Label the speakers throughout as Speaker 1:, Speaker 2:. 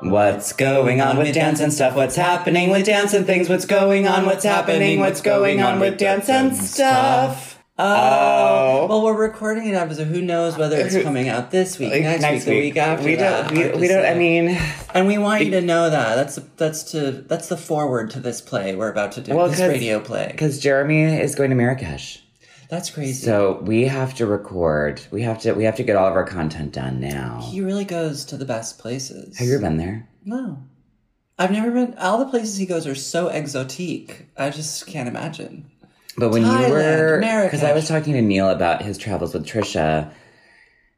Speaker 1: What's going on with dance and stuff? What's happening with dance and things? What's going on? What's happening? What's going on with dance and stuff?
Speaker 2: Oh.
Speaker 1: Well, we're recording an episode. Who knows whether it's coming out this week, next, week, the week after?
Speaker 2: we
Speaker 1: that.
Speaker 2: don't.
Speaker 1: Hard
Speaker 2: We,
Speaker 1: to
Speaker 2: we don't. I
Speaker 1: say.
Speaker 2: mean,
Speaker 1: and we want you to know that. That's that's to that's the forward to this play we're about to do.
Speaker 2: Well,
Speaker 1: this
Speaker 2: 'cause-
Speaker 1: radio play.
Speaker 2: because Jeremy is going to Marrakesh,
Speaker 1: That's crazy.
Speaker 2: so we have to record. We have to. We have to get all of our content done now.
Speaker 1: he really goes to the best places.
Speaker 2: have you ever been there?
Speaker 1: No. I've never been. All the places he goes are so exotique. I just can't imagine.
Speaker 2: But when
Speaker 1: Thailand,
Speaker 2: you were,
Speaker 1: Marrakesh.
Speaker 2: because I was talking to Neil about his travels with Trisha,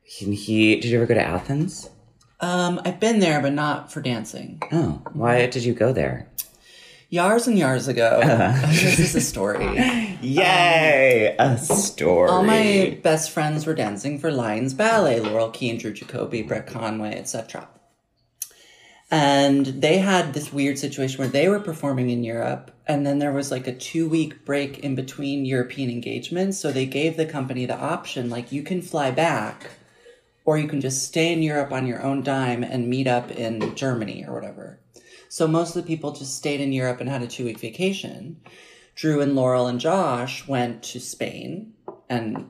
Speaker 2: he, he did you ever go to Athens?
Speaker 1: Um, I've been there, but not for dancing.
Speaker 2: Oh, why did you go there?
Speaker 1: Yars and yars ago. this is a story.
Speaker 2: Yay, a story.
Speaker 1: All my best friends were dancing for Lions Ballet, Laurel Keen, Drew Jacoby, Brett Conway, etc. And they had this weird situation where they were performing in Europe, and then there was like a two week break in between European engagements. So they gave the company the option like, you can fly back, or you can just stay in Europe on your own dime and meet up in Germany or whatever. So most of the people just stayed in Europe and had a two week vacation. Drew and Laurel and Josh went to Spain, and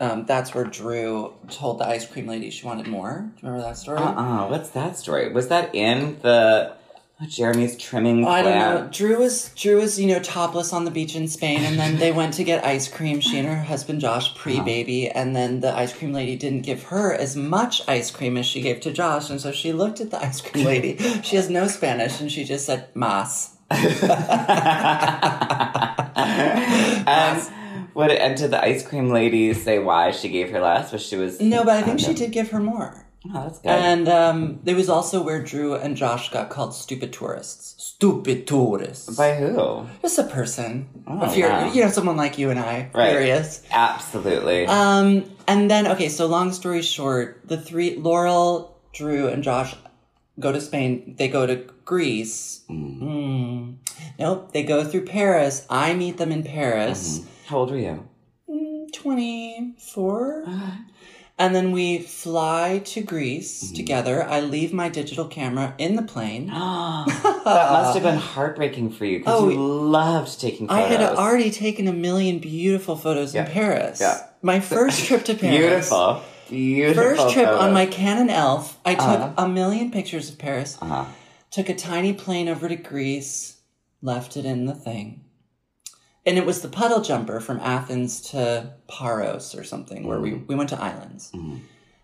Speaker 1: um, that's where Drew told the ice cream lady she wanted more. Do you remember that story?
Speaker 2: Uh, what's that story? Was that in the oh, Jeremy's trimming?
Speaker 1: I don't
Speaker 2: plan?
Speaker 1: know. Drew was Drew was you know topless on the beach in Spain, and then they went to get ice cream. She and her husband Josh
Speaker 2: Uh-huh.
Speaker 1: pre baby, and then the ice cream lady didn't give her as much ice cream as she gave to Josh, and so she looked at the ice cream lady. she has no Spanish, and she just said "mas."
Speaker 2: Um, what and did the ice cream lady say why she gave her less? Was she was
Speaker 1: No, but I think she did give her more.
Speaker 2: Oh, that's good.
Speaker 1: And um, it was also where Drew and Josh got called stupid tourists. Stupid tourists.
Speaker 2: By who?
Speaker 1: Just a person.
Speaker 2: Oh,
Speaker 1: if you're,
Speaker 2: wow.
Speaker 1: you know, someone like you and I,
Speaker 2: Right.
Speaker 1: curious.
Speaker 2: Absolutely.
Speaker 1: Um, and then okay, so long story short, the three Laurel, Drew, and Josh go to Spain. They go to Greece. Mm. Nope, they go through Paris. I meet them in Paris.
Speaker 2: How old were you?
Speaker 1: Twenty four. And then we fly to Greece
Speaker 2: Mm-hmm.
Speaker 1: together. I leave my digital camera in the plane.
Speaker 2: Oh. that must have been heartbreaking for you because
Speaker 1: Oh,
Speaker 2: you loved taking
Speaker 1: I
Speaker 2: photos.
Speaker 1: had already taken a million beautiful photos in Paris.
Speaker 2: Yeah.
Speaker 1: My first trip to Paris.
Speaker 2: beautiful, beautiful.
Speaker 1: First trip on
Speaker 2: photos.
Speaker 1: my Canon Elf, I took a million pictures of Paris. Took a tiny plane over to Greece, left it in the thing. And it was the puddle jumper from Athens to Paros or something, where we, we went to islands.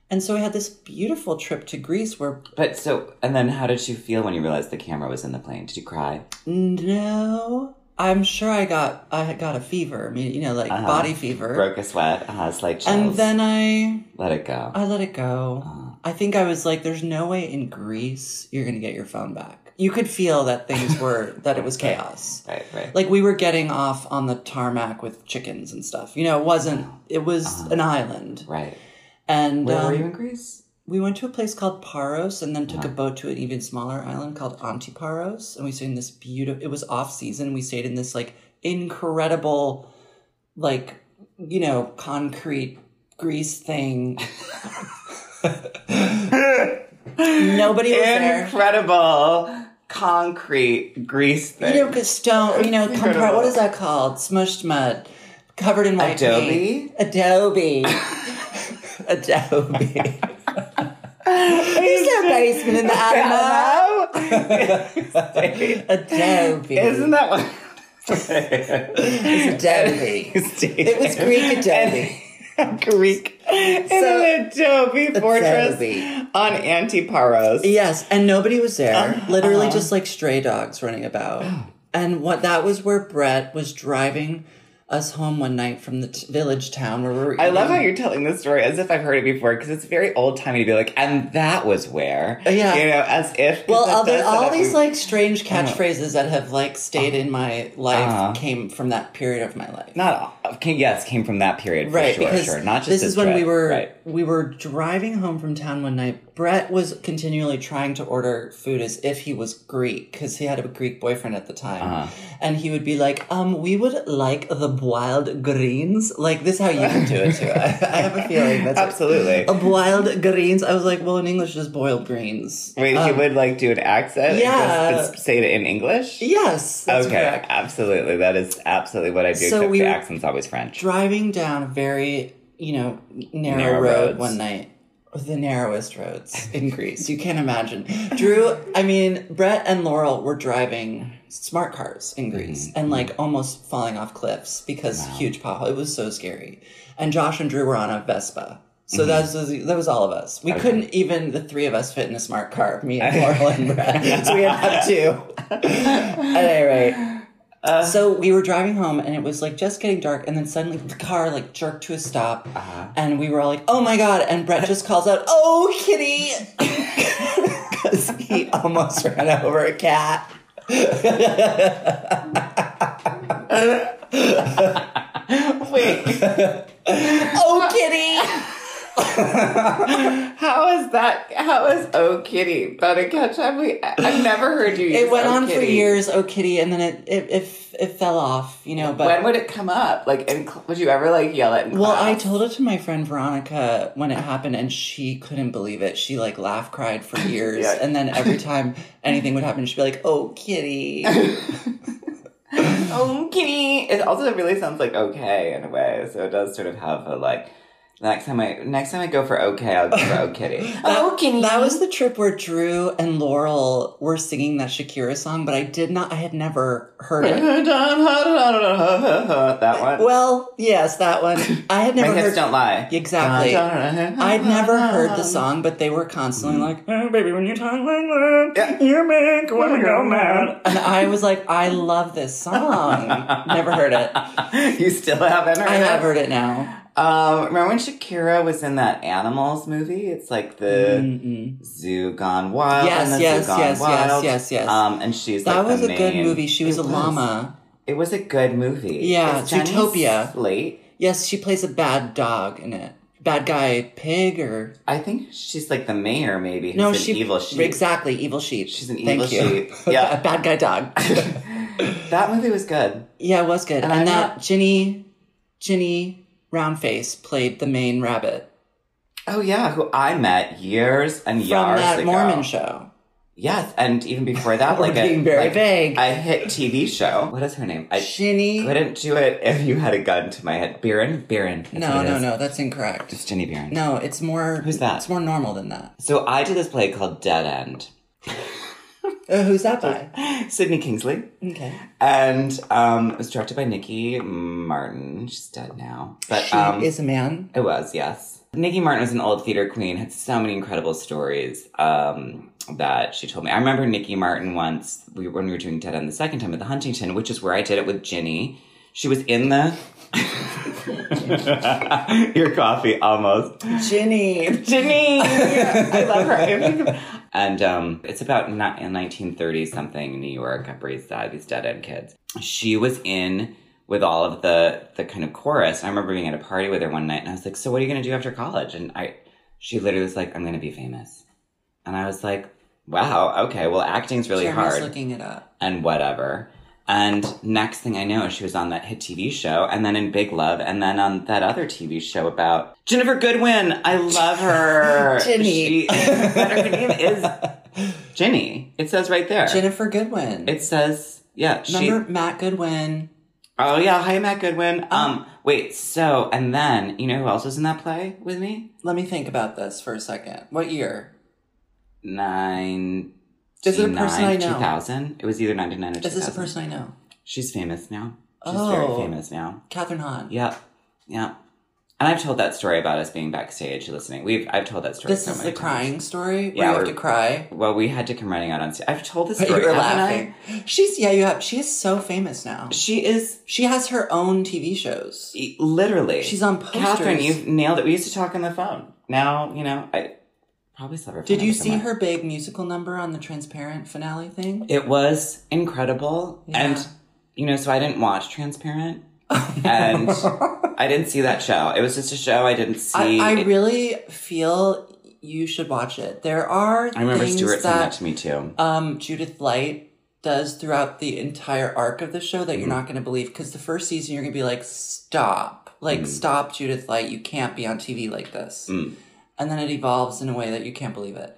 Speaker 1: And so we had this beautiful trip to Greece where
Speaker 2: But so, and then how did you feel when you realized the camera was in the plane? Did you cry?
Speaker 1: no, I'm sure I got I had got a fever, I mean, you know, like body fever.
Speaker 2: Broke a sweat, uh, slight chills.
Speaker 1: and then I
Speaker 2: let it go.
Speaker 1: I let it go.
Speaker 2: Oh.
Speaker 1: I think I was like, there's no way in Greece you're going to get your phone back. You could feel that things were, that it was chaos.
Speaker 2: right, right.
Speaker 1: Like we were getting off on the tarmac with chickens and stuff. You know, it wasn't, it was an island.
Speaker 2: right.
Speaker 1: And
Speaker 2: Uh-huh. Where
Speaker 1: um,
Speaker 2: were you in Greece?
Speaker 1: we went to a place called Paros and then took
Speaker 2: Uh-huh.
Speaker 1: a boat to an even smaller island called Antiparos. And we stayed in this beautiful, it was off season. We stayed in this like incredible, like, you know, concrete grease thing. Nobody was there.
Speaker 2: Incredible concrete Greece thing.
Speaker 1: You know, 'cause stone, you know, compar-
Speaker 2: Incredible.
Speaker 1: what is that called? Smushed mud. Covered in white
Speaker 2: Adobe?
Speaker 1: paint. Adobe. Adobe. There's no basement in the Alamo. Adobe.
Speaker 2: Isn't that what?
Speaker 1: Adobe.
Speaker 2: it
Speaker 1: was Greek adobe.
Speaker 2: Greek. In an adobe fortress
Speaker 1: adobe.
Speaker 2: on Antiparos.
Speaker 1: yes, and nobody was there. Literally just like stray dogs running about. and what that was where Brett was driving us home one night from the t- village town where we were
Speaker 2: I love
Speaker 1: eating.
Speaker 2: how you're telling this story as if I've heard it before because it's very old timey to be like, and that was where.
Speaker 1: Yeah.
Speaker 2: You know, as if.
Speaker 1: well,
Speaker 2: that
Speaker 1: all, the,
Speaker 2: does set
Speaker 1: all
Speaker 2: up-
Speaker 1: these like strange catchphrases that have like stayed in my life
Speaker 2: Uh-huh.
Speaker 1: came from that period of my life.
Speaker 2: Not all. Okay, yes, came from that period. For
Speaker 1: right
Speaker 2: Sure,
Speaker 1: because
Speaker 2: sure. Not just
Speaker 1: this is when
Speaker 2: trip,
Speaker 1: we were
Speaker 2: Right.
Speaker 1: we were driving home from town one night Brett was continually trying to order food as if he was Greek because he had a Greek boyfriend at the time,
Speaker 2: Uh-huh.
Speaker 1: and he would be like, "Um, we would like the boiled greens." Like this, is how you can do it too. I, I have a feeling that's
Speaker 2: Absolutely.
Speaker 1: A boiled greens. I was like, well, in English, just boiled greens.
Speaker 2: Wait, he
Speaker 1: Um,
Speaker 2: would like do an accent? and
Speaker 1: yeah.
Speaker 2: just- but say it in English?
Speaker 1: Yes, that's
Speaker 2: okay,
Speaker 1: correct.
Speaker 2: absolutely. That is absolutely what I do,
Speaker 1: So
Speaker 2: except
Speaker 1: we
Speaker 2: the
Speaker 1: were-
Speaker 2: accent's always French.
Speaker 1: driving down a very you know narrow,
Speaker 2: Narrow
Speaker 1: road
Speaker 2: roads.
Speaker 1: one night the narrowest roads in greece you can't imagine drew i mean brett and laurel were driving smart cars in greece
Speaker 2: Mm-hmm.
Speaker 1: and like almost falling off cliffs because huge pothole it was so scary and josh and drew were on a vespa
Speaker 2: Mm-hmm.
Speaker 1: so that was that was all of us. We couldn't even the three of us fit in a smart car. Me and Laurel and Brett. So we had to have two. At any rate, so we were driving home and it was like just getting dark and then suddenly the car like jerked to a stop and we were all like oh my god and brett just calls out oh kitty because he almost ran over a cat
Speaker 2: Wait,
Speaker 1: oh kitty
Speaker 2: how is that? How is Oh Kitty? But a catch up? I've never heard you
Speaker 1: it went on for years oh kitty and then it it, it, it fell off you know but
Speaker 2: would it come up? Like, in, would you ever like yell at?
Speaker 1: Well, I told it to my friend Veronica when it happened, and she couldn't believe it. She like laugh cried for years,
Speaker 2: Yeah.
Speaker 1: and then every time anything would happen, she'd be like, "Oh, kitty."
Speaker 2: Oh Kitty. It also really sounds like okay in a way, so it does sort of have a like. Next time I next time I go for okay, I'll go for Oh Kitty. oh Kitty.
Speaker 1: That was the trip where Drew and Laurel were singing that Shakira song, but I did not, I had never heard it.
Speaker 2: that one.
Speaker 1: well, yes, that one. I had
Speaker 2: My
Speaker 1: never
Speaker 2: hips
Speaker 1: heard.
Speaker 2: don't lie.
Speaker 1: Exactly. I'd
Speaker 2: I'd
Speaker 1: never heard the song, but they were constantly like, "Hey, baby, when you talk like that,
Speaker 2: Mm-hmm. Yeah.
Speaker 1: you make women go mad." And I was like, "I love this song." never heard it.
Speaker 2: you still haven't heard
Speaker 1: I
Speaker 2: it?
Speaker 1: have heard it now.
Speaker 2: Um, remember when Shakira was in that Animals movie? It's like the
Speaker 1: Mm-mm.
Speaker 2: Zoo Gone Wild.
Speaker 1: Mm. Yes,
Speaker 2: and the
Speaker 1: yes,
Speaker 2: Zoo Gone
Speaker 1: yes, yes,
Speaker 2: Wild.
Speaker 1: yes, yes.
Speaker 2: Um, and she's
Speaker 1: That
Speaker 2: like
Speaker 1: was
Speaker 2: the
Speaker 1: a good
Speaker 2: main-
Speaker 1: movie. She was
Speaker 2: It
Speaker 1: a llama.
Speaker 2: It was a good movie.
Speaker 1: Yeah,
Speaker 2: Is Jenny
Speaker 1: Zootopia.
Speaker 2: Slate.
Speaker 1: Yes, she plays a bad dog in it. Bad guy pig or
Speaker 2: I think she's like the mayor, maybe. Who's
Speaker 1: no?
Speaker 2: an
Speaker 1: She
Speaker 2: evil sheep.
Speaker 1: Exactly, evil sheep.
Speaker 2: She's an
Speaker 1: Thank
Speaker 2: evil
Speaker 1: you.
Speaker 2: sheep. Yeah.
Speaker 1: a bad guy dog.
Speaker 2: That movie was good.
Speaker 1: yeah, it was good. And,
Speaker 2: And I'm
Speaker 1: that
Speaker 2: not-
Speaker 1: Ginny, Ginny Roundface played the main rabbit
Speaker 2: Oh yeah, who I met years and years
Speaker 1: from that
Speaker 2: ago.
Speaker 1: Mormon show.
Speaker 2: Yes, and even before that,
Speaker 1: We're
Speaker 2: like a,
Speaker 1: being very
Speaker 2: like
Speaker 1: vague.
Speaker 2: a hit TV show. What is her name? I
Speaker 1: Ginny.
Speaker 2: couldn't do it if you had a gun to my head. Biren, Biren. that's
Speaker 1: No,
Speaker 2: what it
Speaker 1: no,
Speaker 2: is.
Speaker 1: no. That's incorrect.
Speaker 2: It's Jenny Biren.
Speaker 1: No, it's more.
Speaker 2: Who's that?
Speaker 1: It's more normal than that.
Speaker 2: So I did this play called Dead End.
Speaker 1: Uh, who's that by?
Speaker 2: Sydney Kingsley.
Speaker 1: Okay.
Speaker 2: And um, it was directed by Nikki Martin. She's dead now. But
Speaker 1: She
Speaker 2: um,
Speaker 1: is a man.
Speaker 2: It was, yes. Nikki Martin was an old theater queen, had so many incredible stories um, that she told me. I remember Nikki Martin once, we, when we were doing Dead End the second time at the Huntington, which is where I did it with Ginny. She was in the. Your coffee, almost.
Speaker 1: Ginny.
Speaker 2: Ginny! I love her. and um, it's about ni- 1930 something in New York, Upper East Side, these dead end kids. She was in with all of the the kind of chorus. I remember being at a party with her one night and I was like, So what are you gonna do after college? And I she literally was like, I'm gonna be famous. And I was like, Wow, okay, well acting's really
Speaker 1: Jeremy's
Speaker 2: hard
Speaker 1: looking it up.
Speaker 2: and whatever. And next thing I know, she was on that hit TV show, and then in Big Love, and then on that other TV show about Jennifer Goodwin. I love her. She,
Speaker 1: Ginny.
Speaker 2: but her name is Ginny. It says right there.
Speaker 1: Jennifer Goodwin.
Speaker 2: It says, yeah. She,
Speaker 1: Remember Uh-huh. Matt Goodwin?
Speaker 2: oh, yeah. Hi, Matt Goodwin. Um, wait, so, and then, you know who else was in that play with me?
Speaker 1: Let me think about this for a second. What year?
Speaker 2: Nine.
Speaker 1: Is it a person I know?
Speaker 2: 2000. It was either 99 or 2000.
Speaker 1: Is this a person I know?
Speaker 2: She's famous now. She's very
Speaker 1: Oh.
Speaker 2: famous now.
Speaker 1: Catherine Hahn.
Speaker 2: Yep. Yep. And I've told that story about us being backstage listening. We've I've told that story.
Speaker 1: This
Speaker 2: so
Speaker 1: is
Speaker 2: many
Speaker 1: the crying story where
Speaker 2: Yeah,
Speaker 1: you have
Speaker 2: we're-
Speaker 1: to cry.
Speaker 2: Times. Well, we had to come running out on stage. I've told this
Speaker 1: But
Speaker 2: story.
Speaker 1: you were
Speaker 2: haven't I?
Speaker 1: laughing. She's yeah, you have she is so famous now.
Speaker 2: She is
Speaker 1: She has her own TV shows.
Speaker 2: e- literally.
Speaker 1: She's on posters.
Speaker 2: Catherine. You've nailed it. We used to talk on the phone. Now you know. I probably saw her. phone
Speaker 1: Did you
Speaker 2: number
Speaker 1: see
Speaker 2: somewhere.
Speaker 1: her big musical number on the transparent finale thing?
Speaker 2: It was incredible,
Speaker 1: Yeah.
Speaker 2: and you know, so I didn't watch Transparent, and I didn't see that show. It was just a show I didn't see.
Speaker 1: I, I
Speaker 2: It-
Speaker 1: really feel You should watch it. There are
Speaker 2: I remember
Speaker 1: things
Speaker 2: Stuart saying that
Speaker 1: that
Speaker 2: to me too.
Speaker 1: um, Judith Light does throughout the entire arc of the show that you're
Speaker 2: Mm.
Speaker 1: not going to believe because the first season you're going to be like, stop, like stop, Judith Light, you can't be on TV like this,
Speaker 2: Mm.
Speaker 1: and then it evolves in a way that you can't believe it.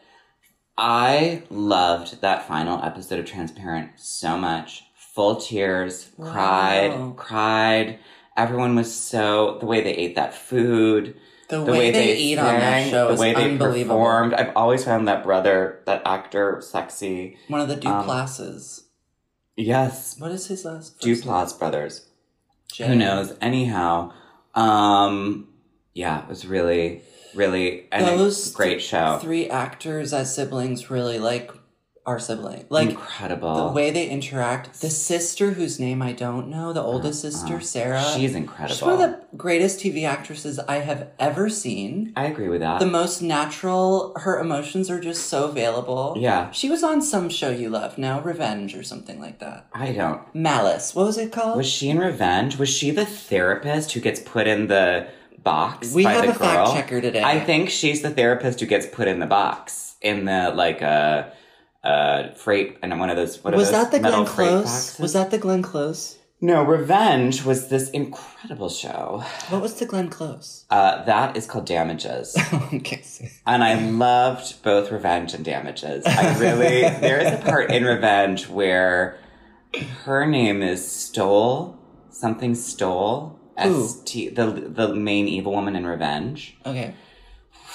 Speaker 2: I loved that final episode of Transparent so much. Full tears,
Speaker 1: Wow.
Speaker 2: cried, cried. Everyone was so the way they ate that food,
Speaker 1: The,
Speaker 2: the
Speaker 1: way,
Speaker 2: way
Speaker 1: they, eat on that
Speaker 2: sang,
Speaker 1: show
Speaker 2: the way
Speaker 1: is
Speaker 2: they
Speaker 1: unbelievable.
Speaker 2: performed. I've always found that brother, that actor, sexy.
Speaker 1: One of the
Speaker 2: Um,
Speaker 1: Duplasses.
Speaker 2: Yes,
Speaker 1: what is his last? first name?
Speaker 2: Duplass brothers.
Speaker 1: Jay.
Speaker 2: Who knows? Anyhow, um, yeah, it was really, really an
Speaker 1: Those
Speaker 2: great show.
Speaker 1: Three actors as siblings really like our sibling. Like
Speaker 2: incredible.
Speaker 1: the way they interact. The sister whose name I don't know, the oldest sister,
Speaker 2: Uh,
Speaker 1: Sarah.
Speaker 2: she's incredible.
Speaker 1: She's one of the greatest TV actresses I have ever seen.
Speaker 2: I agree with that.
Speaker 1: The most natural. Her emotions are just so available.
Speaker 2: yeah,
Speaker 1: She was on some show you love now, Revenge or something like that.
Speaker 2: I don't.
Speaker 1: Malice. What was it called?
Speaker 2: Was she in Revenge? Was she the therapist who gets put in the box
Speaker 1: we
Speaker 2: by
Speaker 1: have
Speaker 2: the
Speaker 1: a
Speaker 2: girl?
Speaker 1: fact checker today.
Speaker 2: I think she's the therapist who gets put in the box in the like a uh, uh, freight and one of those. What are
Speaker 1: was
Speaker 2: those
Speaker 1: that the
Speaker 2: metal
Speaker 1: Glenn
Speaker 2: freight
Speaker 1: Close?
Speaker 2: boxes?
Speaker 1: Was that the Glenn Close?
Speaker 2: no? Revenge was this incredible show.
Speaker 1: What was the Glenn Close?
Speaker 2: Uh, that is called Damages.
Speaker 1: okay.
Speaker 2: And I loved both Revenge and Damages. I really, there is a part in Revenge where her name is Stole, something Stole,
Speaker 1: Who?
Speaker 2: S T, the, the main evil woman in Revenge.
Speaker 1: Okay.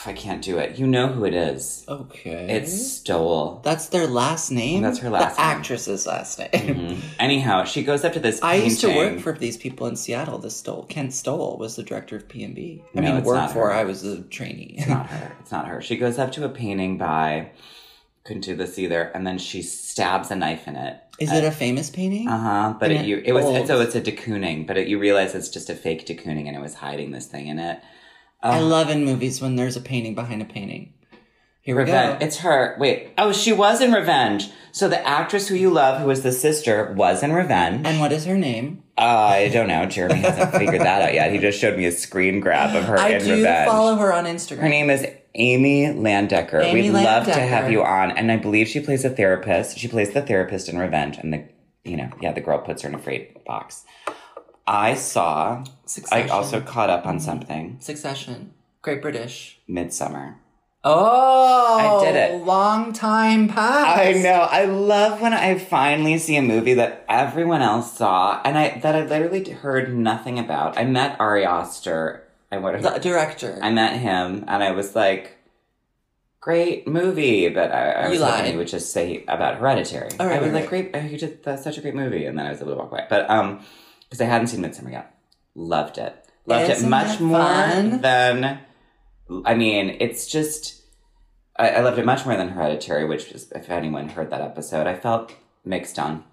Speaker 2: I can't do it. You know who it is.
Speaker 1: Okay.
Speaker 2: It's Stole.
Speaker 1: that's their last name.
Speaker 2: That's her last
Speaker 1: The
Speaker 2: name.
Speaker 1: actress's last name.
Speaker 2: Mhm. Anyhow, she goes up to this
Speaker 1: I used to work
Speaker 2: painting.
Speaker 1: for these people in Seattle. The Stoll, Kent Stoll, was the director of P and B. I
Speaker 2: No,
Speaker 1: mean,
Speaker 2: it's
Speaker 1: work
Speaker 2: not
Speaker 1: for.
Speaker 2: her.
Speaker 1: I was a trainee.
Speaker 2: It's not her. It's not her. She goes up to a painting by, couldn't do this either, and then she stabs a knife in it.
Speaker 1: Is it a famous painting?
Speaker 2: Uh huh. But
Speaker 1: And
Speaker 2: it,
Speaker 1: it
Speaker 2: you, it was
Speaker 1: folds.
Speaker 2: so it's a decoupling, but it, you realize it's just a fake decoupling, and it was hiding this thing in it.
Speaker 1: I
Speaker 2: uh.
Speaker 1: love in movies when there's a painting behind a painting. Here we
Speaker 2: Revenge.
Speaker 1: go.
Speaker 2: It's her. Wait. Oh, she was in Revenge. So the actress who you love, who was the sister, was in Revenge.
Speaker 1: And what is her name?
Speaker 2: I don't know. Jeremy hasn't figured that out yet. He just showed me a screen grab of her
Speaker 1: I
Speaker 2: in
Speaker 1: do
Speaker 2: Revenge.
Speaker 1: follow her on Instagram.
Speaker 2: her name is Amy Landecker.
Speaker 1: Amy
Speaker 2: We'd love to have
Speaker 1: Landecker.
Speaker 2: you on, and I believe she plays a therapist. She plays the therapist in Revenge, and the you know yeah the girl puts her in a freight box. I saw I
Speaker 1: Succession.
Speaker 2: also caught up on something.
Speaker 1: Succession. Great British.
Speaker 2: Midsummer.
Speaker 1: Oh,
Speaker 2: I did it.
Speaker 1: Long time past.
Speaker 2: I know. I love when I finally see a movie that everyone else saw and I that I literally heard nothing about. I met Ari Aster. I would
Speaker 1: The director.
Speaker 2: I met him and I was like, "Great movie," but I, I
Speaker 1: You
Speaker 2: was hoping
Speaker 1: lied.
Speaker 2: he would just say about Hereditary.
Speaker 1: Oh, right,
Speaker 2: I was
Speaker 1: right,
Speaker 2: like, "Great, oh, you did that's such a great movie," and then I was able to walk away. But um, because I hadn't seen Midsummer yet, loved it. Loved it
Speaker 1: Isn't
Speaker 2: much
Speaker 1: that
Speaker 2: more
Speaker 1: fun?
Speaker 2: than. I mean, it's just. I, I loved it much more than Hereditary, which is, if anyone heard that episode, I felt mixed on.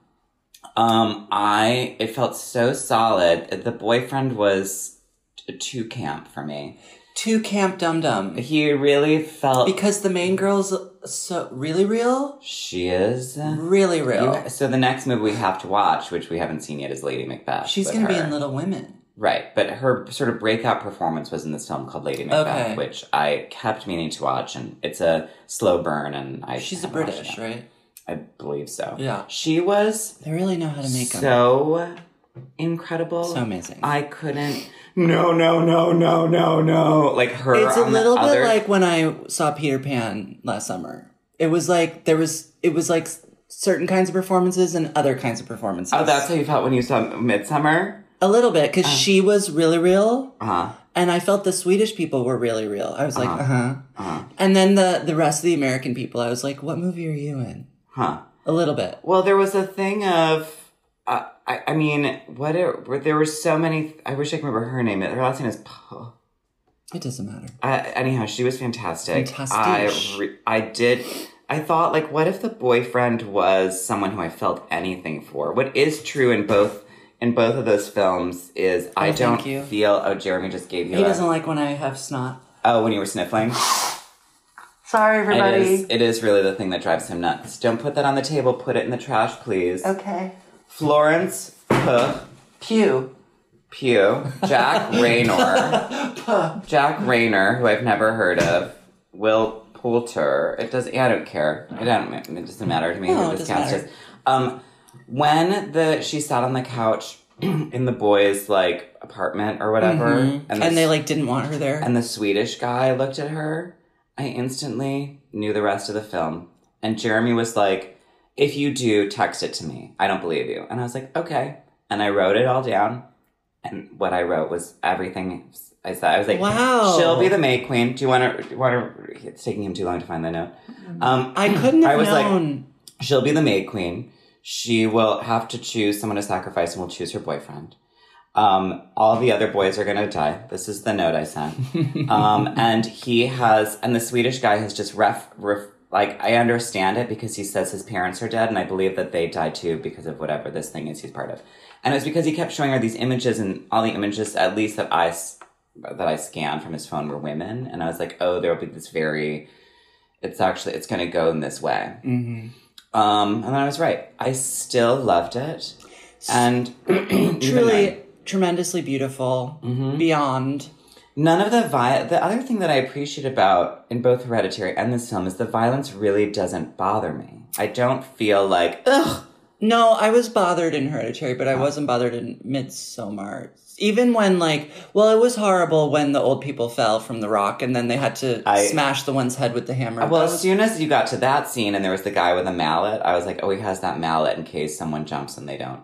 Speaker 2: Um, I it felt so solid. The boyfriend was t- too camp for me.
Speaker 1: Two Camp Dum Dum.
Speaker 2: He really felt
Speaker 1: Because the main girl's so really real,
Speaker 2: she is. uh,
Speaker 1: really real.
Speaker 2: You- so the next movie we have to watch, which we haven't seen yet, is Lady Macbeth.
Speaker 1: She's
Speaker 2: with
Speaker 1: gonna be
Speaker 2: her.
Speaker 1: in Little Women.
Speaker 2: right, but her sort of breakout performance was in this film called Lady Macbeth,
Speaker 1: Okay.
Speaker 2: which I kept meaning to watch, and it's a slow burn, and I
Speaker 1: She's a
Speaker 2: haven't watched
Speaker 1: British,
Speaker 2: it.
Speaker 1: right?
Speaker 2: I believe so.
Speaker 1: Yeah.
Speaker 2: she was
Speaker 1: They really know how to make them.
Speaker 2: so incredible.
Speaker 1: So amazing.
Speaker 2: I couldn't. No, no, no, no, no, no. Like her.
Speaker 1: it's a
Speaker 2: on the
Speaker 1: little bit
Speaker 2: other-
Speaker 1: like when I saw Peter Pan last summer. It was like there was it was like s- certain kinds of performances and other kinds of performances.
Speaker 2: Oh, Uh. that's how you felt when you saw Midsummer.
Speaker 1: a little bit because she was really real,
Speaker 2: Uh huh.
Speaker 1: and I felt the Swedish people were really real. I was like,
Speaker 2: Uh-huh.
Speaker 1: uh huh, and then the the rest of the American people, I was like, what movie are you in?
Speaker 2: Huh.
Speaker 1: A little bit.
Speaker 2: Well, there was a thing of, uh, I, I mean, what? It, were- there were so many. I wish I could remember her name. Her last name is. Po.
Speaker 1: It doesn't matter.
Speaker 2: Uh, anyhow, she was fantastic.
Speaker 1: Fantastic.
Speaker 2: I, re- I did. I thought, like, what if the boyfriend was someone who I felt anything for? What is true in both in both of those films is I
Speaker 1: thank
Speaker 2: don't
Speaker 1: you.
Speaker 2: feel. Oh, Jeremy just gave you.
Speaker 1: He
Speaker 2: a-
Speaker 1: doesn't like when I have snot.
Speaker 2: oh, when you were sniffling.
Speaker 1: Sorry,
Speaker 2: It
Speaker 1: everybody.
Speaker 2: is, it is really the thing that drives him nuts. Don't put that on the table. Put it in the trash, please.
Speaker 1: Okay.
Speaker 2: Florence Pugh
Speaker 1: Pew.
Speaker 2: Pugh, Jack Raynor, Jack Raynor, who I've never heard of, Will Poulter. It does. I don't care. It don't. It doesn't matter to me
Speaker 1: No,
Speaker 2: who
Speaker 1: it
Speaker 2: this
Speaker 1: doesn't
Speaker 2: counts
Speaker 1: matter.
Speaker 2: as. Um, when the she sat on the couch in the boys' like apartment or whatever,
Speaker 1: Mhm.
Speaker 2: and,
Speaker 1: And,
Speaker 2: the,
Speaker 1: they like didn't want her there.
Speaker 2: and the Swedish guy looked at her, I instantly knew the rest of the film. And Jeremy was like, "If you do, text it to me. I don't believe you." And I was like, "Okay." And I wrote it all down. And what I wrote was everything I said. I was like,
Speaker 1: wow.
Speaker 2: She'll be the May Queen. Do you want to? Want to? It's taking him too long to find that note. Um,
Speaker 1: I couldn't have
Speaker 2: I was like,
Speaker 1: known.
Speaker 2: she'll be the May Queen. She will have to choose someone to sacrifice, and will choose her boyfriend. Um, all the other boys are gonna die. This is the note I sent. um, and he has, and the Swedish guy has just ref, ref. Like I understand it because he says his parents are dead, and I believe that they died too because of whatever this thing is he's part of. And it's because he kept showing her these images, and all the images, at least that I s- that I scanned from his phone, were women. And I was like, oh, there will be this very. It's actually it's gonna go in this way.
Speaker 1: Mhm.
Speaker 2: Um, and then I was right. I still loved it, and
Speaker 1: truly tremendously beautiful
Speaker 2: Mm-hmm.
Speaker 1: beyond.
Speaker 2: none of the vi- The other thing that I appreciate about in both Hereditary and this film is the violence really doesn't bother me. I don't feel like ugh.
Speaker 1: No, I was bothered in Hereditary, but I
Speaker 2: Oh.
Speaker 1: wasn't bothered in Midsommar. Even when, like, well, it was horrible when the old people fell from the rock and then they had to
Speaker 2: I-
Speaker 1: smash the one's head with the hammer.
Speaker 2: Well,
Speaker 1: That
Speaker 2: as
Speaker 1: was-
Speaker 2: soon as you got to that scene and there was the guy with a mallet, I was like, oh, he has that mallet in case someone jumps and they don't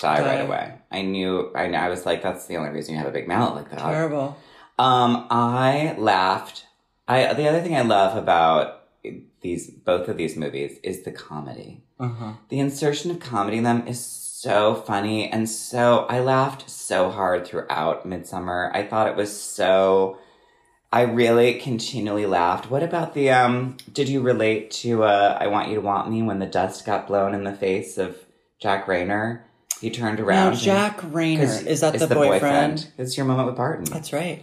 Speaker 2: die
Speaker 1: Die.
Speaker 2: right away. I knew. I knew. I was like, that's the only reason you have a big mallet like that.
Speaker 1: terrible.
Speaker 2: Um, I laughed. I the other thing I love about these both of these movies is the comedy.
Speaker 1: Uh-huh.
Speaker 2: The insertion of comedy in them is so funny and so I laughed so hard throughout Midsummer. I thought it was so I really continually laughed. What about the um did you relate to uh I Want You to Want Me when the dust got blown in the face of Jack Rayner? He turned around.
Speaker 1: Now,
Speaker 2: and-
Speaker 1: Jack Rayner,
Speaker 2: 'cause
Speaker 1: is that
Speaker 2: it's
Speaker 1: the, boyfriend?
Speaker 2: It's your moment with Barton.
Speaker 1: That's right.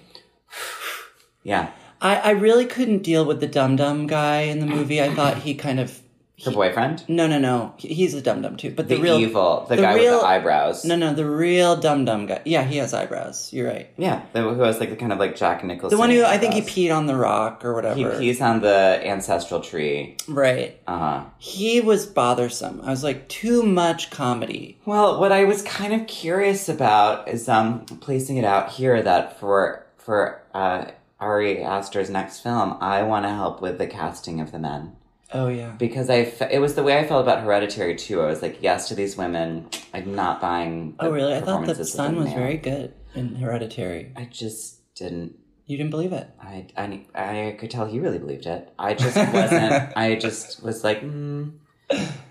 Speaker 2: yeah.
Speaker 1: I, I really couldn't deal with the dum dum guy in the movie. I thought he kind of.
Speaker 2: Her boyfriend?
Speaker 1: No, no, no. He- He's a dum dum too. But the,
Speaker 2: the,
Speaker 1: real.
Speaker 2: evil, the,
Speaker 1: the
Speaker 2: guy
Speaker 1: real-
Speaker 2: with the eyebrows.
Speaker 1: No, no, the real dum dum guy. Yeah, he has eyebrows. You're right.
Speaker 2: Yeah, the, who has like the kind of like Jack Nicholson.
Speaker 1: The one who I think he
Speaker 2: eyebrows.
Speaker 1: peed on the rock or
Speaker 2: He
Speaker 1: whatever.
Speaker 2: pees on the ancestral tree.
Speaker 1: Right.
Speaker 2: Uh huh.
Speaker 1: He was bothersome. I was like, too much comedy.
Speaker 2: Well, what I was kind of curious about is um placing it out here that for for uh, Ari Aster's next film, I want to help with the casting of the men.
Speaker 1: Oh yeah.
Speaker 2: because I fe- it was the way I felt about Hereditary too. I was like, yes to these women. I'm not buying. the
Speaker 1: Oh really? I thought the
Speaker 2: performances of
Speaker 1: son
Speaker 2: the
Speaker 1: was
Speaker 2: male.
Speaker 1: very good in Hereditary.
Speaker 2: I just didn't.
Speaker 1: You didn't believe it.
Speaker 2: I, I, I could tell he really believed it. I just wasn't. I just was like, mm.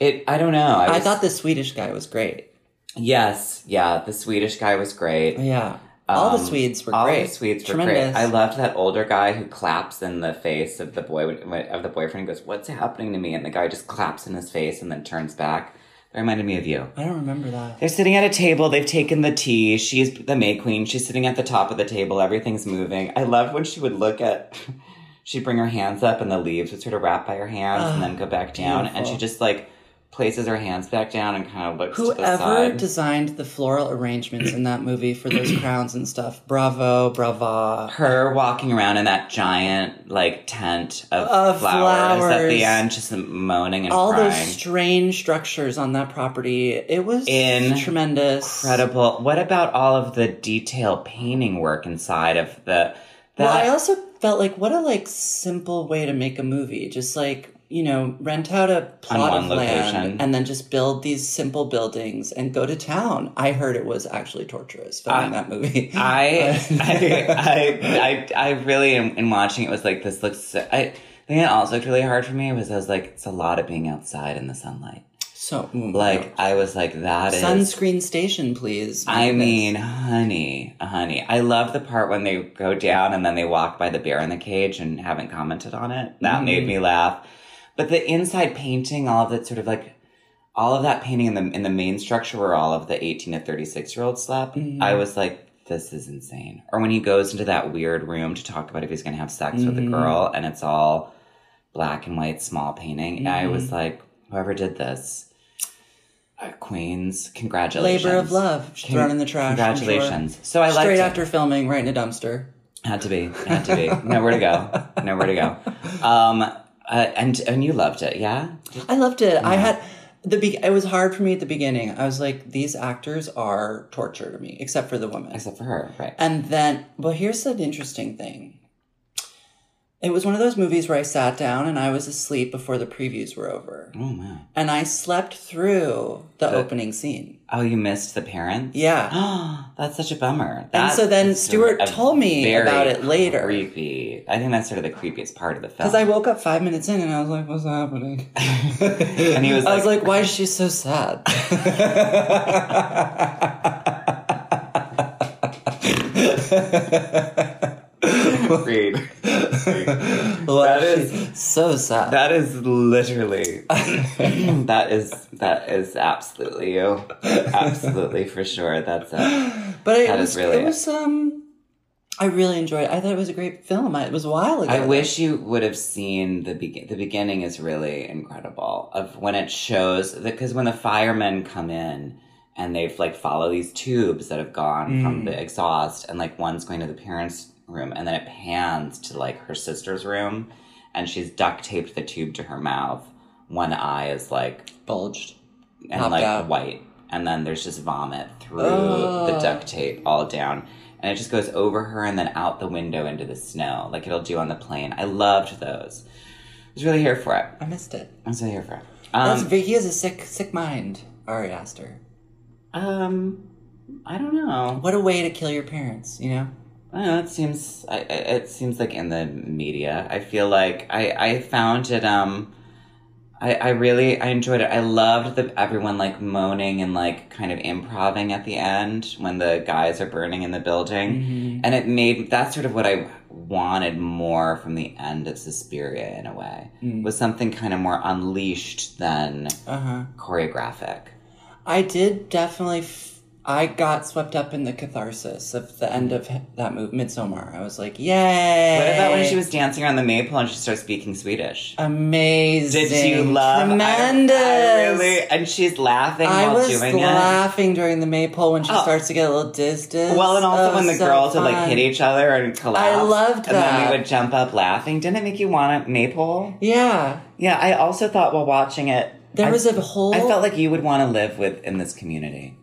Speaker 2: it. I don't know. I,
Speaker 1: I
Speaker 2: was-
Speaker 1: thought the Swedish guy was great.
Speaker 2: yes, yeah. The Swedish guy was great.
Speaker 1: Yeah. all the
Speaker 2: Um,
Speaker 1: Swedes were
Speaker 2: All
Speaker 1: great.
Speaker 2: the Swedes were
Speaker 1: Tremendous.
Speaker 2: great. I loved that older guy who claps in the face of the boy when- when- of the boyfriend. and goes, "What's happening to me?" And the guy just claps in his face and then turns back. That reminded me of you.
Speaker 1: I don't remember that.
Speaker 2: They're sitting at a table. They've taken the tea. She's the May Queen. She's sitting at the top of the table. Everything's moving. I love when she would look at. She'd bring her hands up, and the leaves would sort of wrap by her hands, and then go back down. And she
Speaker 1: beautiful.
Speaker 2: just like places her hands back down and kind of looks to the
Speaker 1: Whoever
Speaker 2: side.
Speaker 1: designed the floral arrangements in that movie for those crowns and stuff, bravo, brava.
Speaker 2: her walking around in that giant like tent of,
Speaker 1: Of
Speaker 2: flowers, at
Speaker 1: flowers.
Speaker 2: the end, just moaning and
Speaker 1: All
Speaker 2: crying.
Speaker 1: those strange structures on that property. It was
Speaker 2: In-
Speaker 1: tremendous.
Speaker 2: Incredible. What about all of the detail painting work inside of the? That,
Speaker 1: well, I also felt like what a like simple way to make a movie. Just like you know, rent out a plot
Speaker 2: one
Speaker 1: of land
Speaker 2: location.
Speaker 1: and then just build these simple buildings and go to town. I heard it was actually torturous filming that movie.
Speaker 2: I, I, I, I, I really am, in watching it was like, this looks, so, I think it also looked really hard for me was I was like, it's a lot of being outside in the sunlight.
Speaker 1: so mm,
Speaker 2: Like, I was like, that is,
Speaker 1: sunscreen station, please. My
Speaker 2: I
Speaker 1: goodness.
Speaker 2: mean, honey, honey. I love the part when they go down and then they walk by the bear in the cage and haven't commented on it. That made me laugh. But the inside painting, all of that sort of like, all of that painting in the in the main structure where all of the eighteen to thirty six year olds slept, I was like, this is insane. Or when he goes into that weird room to talk about if he's going to have sex with a girl, and it's all black and white small painting. I was like, whoever did this, uh, Queens, congratulations,
Speaker 1: labor of love thrown in the trash. I'm sure.
Speaker 2: Congratulations. So I liked
Speaker 1: Straight
Speaker 2: it.
Speaker 1: after filming, right in a dumpster.
Speaker 2: Had to be. Had to be. Nowhere to go. Nowhere to go. Um, uh, and and you loved it, yeah?
Speaker 1: I loved it. I had the be- it was hard for me at the beginning. I was like, these actors are torture to me, except for the woman.
Speaker 2: Except for her, right?
Speaker 1: And then, well, here's an interesting thing. It was one of those movies where I sat down and I was asleep before the previews were over,
Speaker 2: Oh wow.
Speaker 1: and I slept through the opening scene.
Speaker 2: Oh, you missed the parents.
Speaker 1: Yeah.
Speaker 2: that's such a bummer.
Speaker 1: And so then
Speaker 2: That's
Speaker 1: Stuart
Speaker 2: a
Speaker 1: told me
Speaker 2: very
Speaker 1: about it later.
Speaker 2: Creepy. I think that's sort of the creepiest part of the film.
Speaker 1: Because I woke up five minutes in and I was like, what's happening?
Speaker 2: and he was
Speaker 1: I was
Speaker 2: like,
Speaker 1: like, why is she so sad?
Speaker 2: "Read."
Speaker 1: Why is
Speaker 2: is-
Speaker 1: she so sad.
Speaker 2: That is literally. that is that is absolutely you. Absolutely for sure. That's it.
Speaker 1: But it
Speaker 2: That
Speaker 1: was
Speaker 2: is really
Speaker 1: it
Speaker 2: it.
Speaker 1: was um I really enjoyed it. I thought it was a great film. I, it was a while ago.
Speaker 2: I wish you would have seen the begin. The beginning is really incredible of when it shows because when the firemen come in and they've like follow these tubes that have gone
Speaker 1: Mm.
Speaker 2: from the exhaust and like one's going to the parents' room and then it pans to like her sister's room and she's duct taped the tube to her mouth. One eye is like
Speaker 1: bulged.
Speaker 2: and
Speaker 1: Popped
Speaker 2: like
Speaker 1: out.
Speaker 2: white, and then there's just vomit through
Speaker 1: Ugh.
Speaker 2: the duct tape all down, and it just goes over her and then out the window into the snow, like it'll do on the plane. I loved those. I was really here for it.
Speaker 1: I missed it.
Speaker 2: I was really here for it.
Speaker 1: That's
Speaker 2: Um,
Speaker 1: ve- he has a sick sick mind, Ari Aster.
Speaker 2: um, I don't know.
Speaker 1: What a way to kill your parents, you know?
Speaker 2: I don't know. It seems I, I- it seems like in the media. I feel like I I found it. Um, I I really I enjoyed it. I loved the everyone like moaning and like kind of improving at the end when the guys are burning in the building, and it made that's sort of what I wanted more from the end of Suspiria in a way
Speaker 1: Mm.
Speaker 2: was something kind of more unleashed than
Speaker 1: Uh-huh.
Speaker 2: choreographic.
Speaker 1: I did definitely f- I got swept up in the catharsis of the end of that movie, Midsommar. I was like, yay!
Speaker 2: What about when she was dancing around the maypole and she starts speaking Swedish?
Speaker 1: amazing?
Speaker 2: Did you love? I-
Speaker 1: tremendous?
Speaker 2: I, really, and she's laughing
Speaker 1: I
Speaker 2: while
Speaker 1: was
Speaker 2: doing it.
Speaker 1: laughing during the maypole when she
Speaker 2: Oh.
Speaker 1: starts to get a little Oh, distant.
Speaker 2: Well, and also when the girls would like hit each other and collapse.
Speaker 1: I loved
Speaker 2: And then
Speaker 1: that.
Speaker 2: we would jump up laughing. Didn't it make you want a maple?
Speaker 1: Yeah,
Speaker 2: Yeah, I also thought while watching it,
Speaker 1: there
Speaker 2: I,
Speaker 1: was a whole.
Speaker 2: I felt like you would want to live with in this community.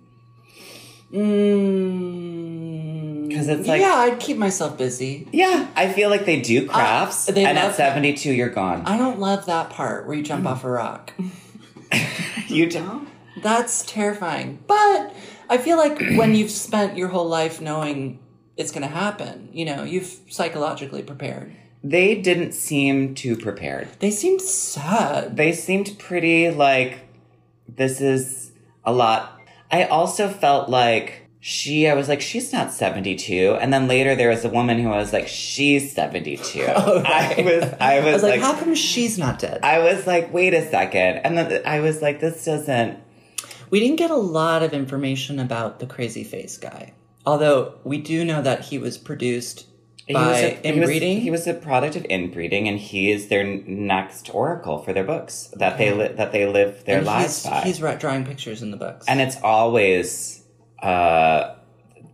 Speaker 1: Mm,
Speaker 2: 'Cause it's like-
Speaker 1: yeah, I'd keep myself busy.
Speaker 2: Yeah, I feel like they do crafts,
Speaker 1: Uh, they
Speaker 2: and
Speaker 1: love-
Speaker 2: at seventy-two, you're gone.
Speaker 1: I don't love that part where you
Speaker 2: Mm.
Speaker 1: jump off a rock.
Speaker 2: you don't.
Speaker 1: That's terrifying. But I feel like when you've spent your whole life knowing it's going to happen, you know, you've psychologically prepared.
Speaker 2: They didn't seem too prepared.
Speaker 1: They seemed sad.
Speaker 2: they seemed pretty like this is a lot. I also felt like she, I was like, she's not 72. And then later there was a woman who I was like, she's 72. I was, I was,
Speaker 1: I was like,
Speaker 2: like,
Speaker 1: how come she's not dead?
Speaker 2: I was like, wait a second. And then I was like, this doesn't,
Speaker 1: We didn't get a lot of information about the crazy face guy. Although we do know that he was produced by
Speaker 2: a-
Speaker 1: inbreeding.
Speaker 2: He was, he was a product of inbreeding, and he is their n- next oracle for their books that they li- that they live their
Speaker 1: And
Speaker 2: lives
Speaker 1: he's,
Speaker 2: by.
Speaker 1: he's ra- drawing pictures in the books.
Speaker 2: and it's always uh,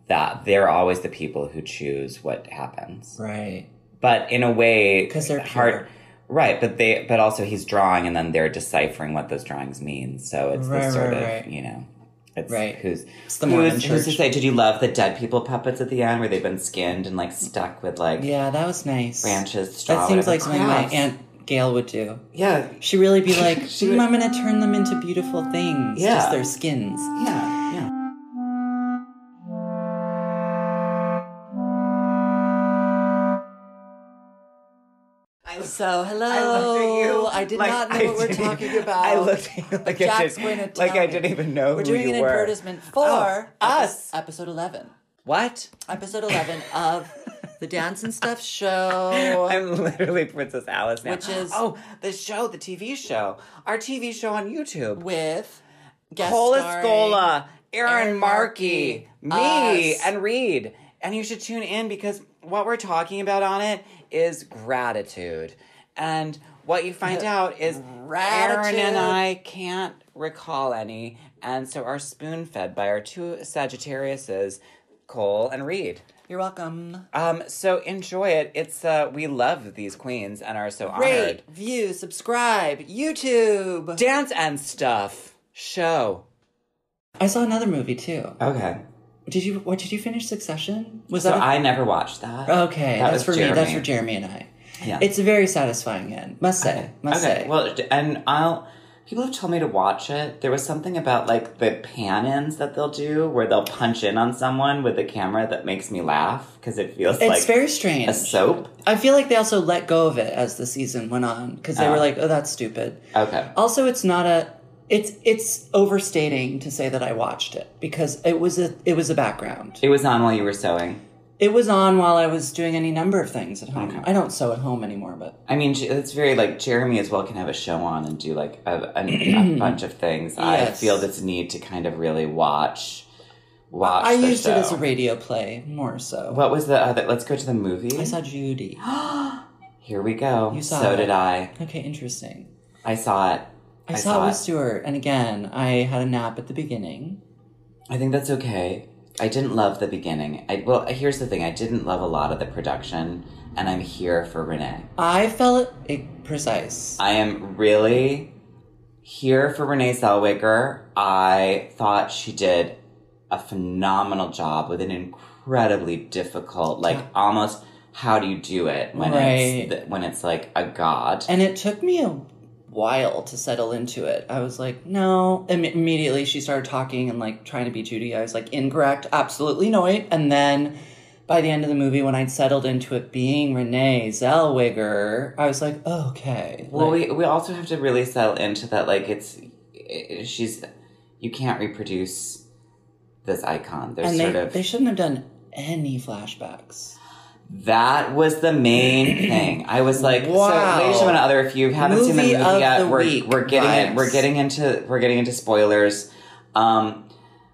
Speaker 2: that they're always the people who choose what happens
Speaker 1: right.
Speaker 2: but in a way
Speaker 1: 'Cause they're pure.
Speaker 2: right but they but also he's drawing and then they're deciphering what those drawings mean so it's
Speaker 1: Right,
Speaker 2: this sort
Speaker 1: right,
Speaker 2: of
Speaker 1: right.
Speaker 2: you know it's
Speaker 1: Right.
Speaker 2: who's
Speaker 1: the Mormon
Speaker 2: who's, who's to
Speaker 1: church.
Speaker 2: say did you love the dead people puppets at the end where they've been skinned and like stuck with like
Speaker 1: Yeah, that was nice.
Speaker 2: branches straw,
Speaker 1: That seems
Speaker 2: whatever.
Speaker 1: like something my
Speaker 2: Crafts.
Speaker 1: aunt Gail would do.
Speaker 2: yeah
Speaker 1: She'd really be like,
Speaker 2: She
Speaker 1: "Hmm,
Speaker 2: would-
Speaker 1: I'm going to turn them into beautiful things.
Speaker 2: Yeah.
Speaker 1: Just their skins.
Speaker 2: yeah yeah
Speaker 1: So, hello.
Speaker 2: I looked at you.
Speaker 1: I did
Speaker 2: like
Speaker 1: not know
Speaker 2: I
Speaker 1: what we're
Speaker 2: didn't-
Speaker 1: talking about.
Speaker 2: I looked at you like
Speaker 1: Jack's
Speaker 2: I
Speaker 1: going to
Speaker 2: didn't, like
Speaker 1: tell
Speaker 2: I
Speaker 1: me.
Speaker 2: didn't even know
Speaker 1: We're
Speaker 2: who
Speaker 1: doing
Speaker 2: you
Speaker 1: an
Speaker 2: were.
Speaker 1: advertisement for
Speaker 2: Oh, us.
Speaker 1: epi- episode 11.
Speaker 2: What?
Speaker 1: Episode 11 of the Dance and Stuff show.
Speaker 2: I'm literally Princess Alice now.
Speaker 1: Which is-
Speaker 2: oh the show, the TV show, our TV show on YouTube.
Speaker 1: with guest
Speaker 2: Cole
Speaker 1: starring-
Speaker 2: Escola,
Speaker 1: Aaron
Speaker 2: Aaron Markey, me,
Speaker 1: Markey, us.
Speaker 2: and Reed. And you should tune in because what we're talking about on it is gratitude, and what you find out is Aaron
Speaker 1: Gratitude.
Speaker 2: and I can't recall any, and so are spoon fed by our two Sagittariuses, Cole and Reed.
Speaker 1: You're welcome.
Speaker 2: Um, so enjoy it. It's uh, we love these queens and are so honored.
Speaker 1: Rate, view, subscribe, YouTube.
Speaker 2: Dance and stuff. Show.
Speaker 1: I saw another movie too.
Speaker 2: Okay.
Speaker 1: Did you? What did you finish? Succession? Was
Speaker 2: So
Speaker 1: that? a-
Speaker 2: I never watched that.
Speaker 1: okay,
Speaker 2: That
Speaker 1: that's
Speaker 2: was
Speaker 1: for me. That's
Speaker 2: Jeremy.
Speaker 1: for Jeremy and I.
Speaker 2: Yeah.
Speaker 1: It's a very satisfying end. Must say. Must
Speaker 2: okay.
Speaker 1: say.
Speaker 2: Well, d- and I'll. People have told me to watch it. There was something about like the pan-ins that they'll do, where they'll punch in on someone with the camera that makes me laugh because it feels
Speaker 1: it's
Speaker 2: like
Speaker 1: very strange.
Speaker 2: a soap.
Speaker 1: I feel like they also let go of it as the season went on because they
Speaker 2: Oh.
Speaker 1: were like, "Oh, that's stupid."
Speaker 2: Okay.
Speaker 1: Also, it's not a. It's it's overstating to say that I watched it because it was a it was a background.
Speaker 2: It was on while you were sewing.
Speaker 1: It was on while I was doing any number of things at home.
Speaker 2: Okay.
Speaker 1: I don't sew at home anymore, but
Speaker 2: I mean, j- it's very like Jeremy as well can have a show on and do like a, a, a bunch of things. I
Speaker 1: Yes.
Speaker 2: feel this need to kind of really watch, watch.
Speaker 1: I
Speaker 2: the
Speaker 1: used it
Speaker 2: show.
Speaker 1: as a radio play more so.
Speaker 2: What was the other? Let's go to the movie.
Speaker 1: I saw Judy.
Speaker 2: Here we go.
Speaker 1: You saw
Speaker 2: so
Speaker 1: it.
Speaker 2: did I.
Speaker 1: Okay, interesting.
Speaker 2: I saw it.
Speaker 1: I, saw, it with Stuart, and again, I had a nap at the beginning.
Speaker 2: I think that's okay. I didn't love the beginning. I well, here's the thing. I didn't love a lot of the production, and I'm here for Renee.
Speaker 1: I felt it precise.
Speaker 2: I am really here for Renee Zellweger. I thought she did a phenomenal job with an incredibly difficult, like
Speaker 1: Yeah.
Speaker 2: almost how do you do it when
Speaker 1: Right.
Speaker 2: it's th- when it's like a god.
Speaker 1: And it took me a while to settle into it. I was like, no. Im- immediately she started talking and like trying to be Judy. I was like, incorrect, absolutely no. Wait. And then by the end of the movie, when I'd settled into it being Renee Zellweger, I was like, okay.
Speaker 2: well,
Speaker 1: like,
Speaker 2: we we also have to really settle into that. Like it's i- i- she's you can't reproduce this icon. There's
Speaker 1: and
Speaker 2: sort
Speaker 1: they,
Speaker 2: of
Speaker 1: they shouldn't have done any flashbacks.
Speaker 2: That was the main thing. I was like,
Speaker 1: Wow.
Speaker 2: so ladies and gentlemen, other if you haven't seen the
Speaker 1: Movie
Speaker 2: movie
Speaker 1: of
Speaker 2: yet,
Speaker 1: the
Speaker 2: we're,
Speaker 1: week,
Speaker 2: we're getting it,
Speaker 1: guys.
Speaker 2: we're getting into we're getting into spoilers. Um,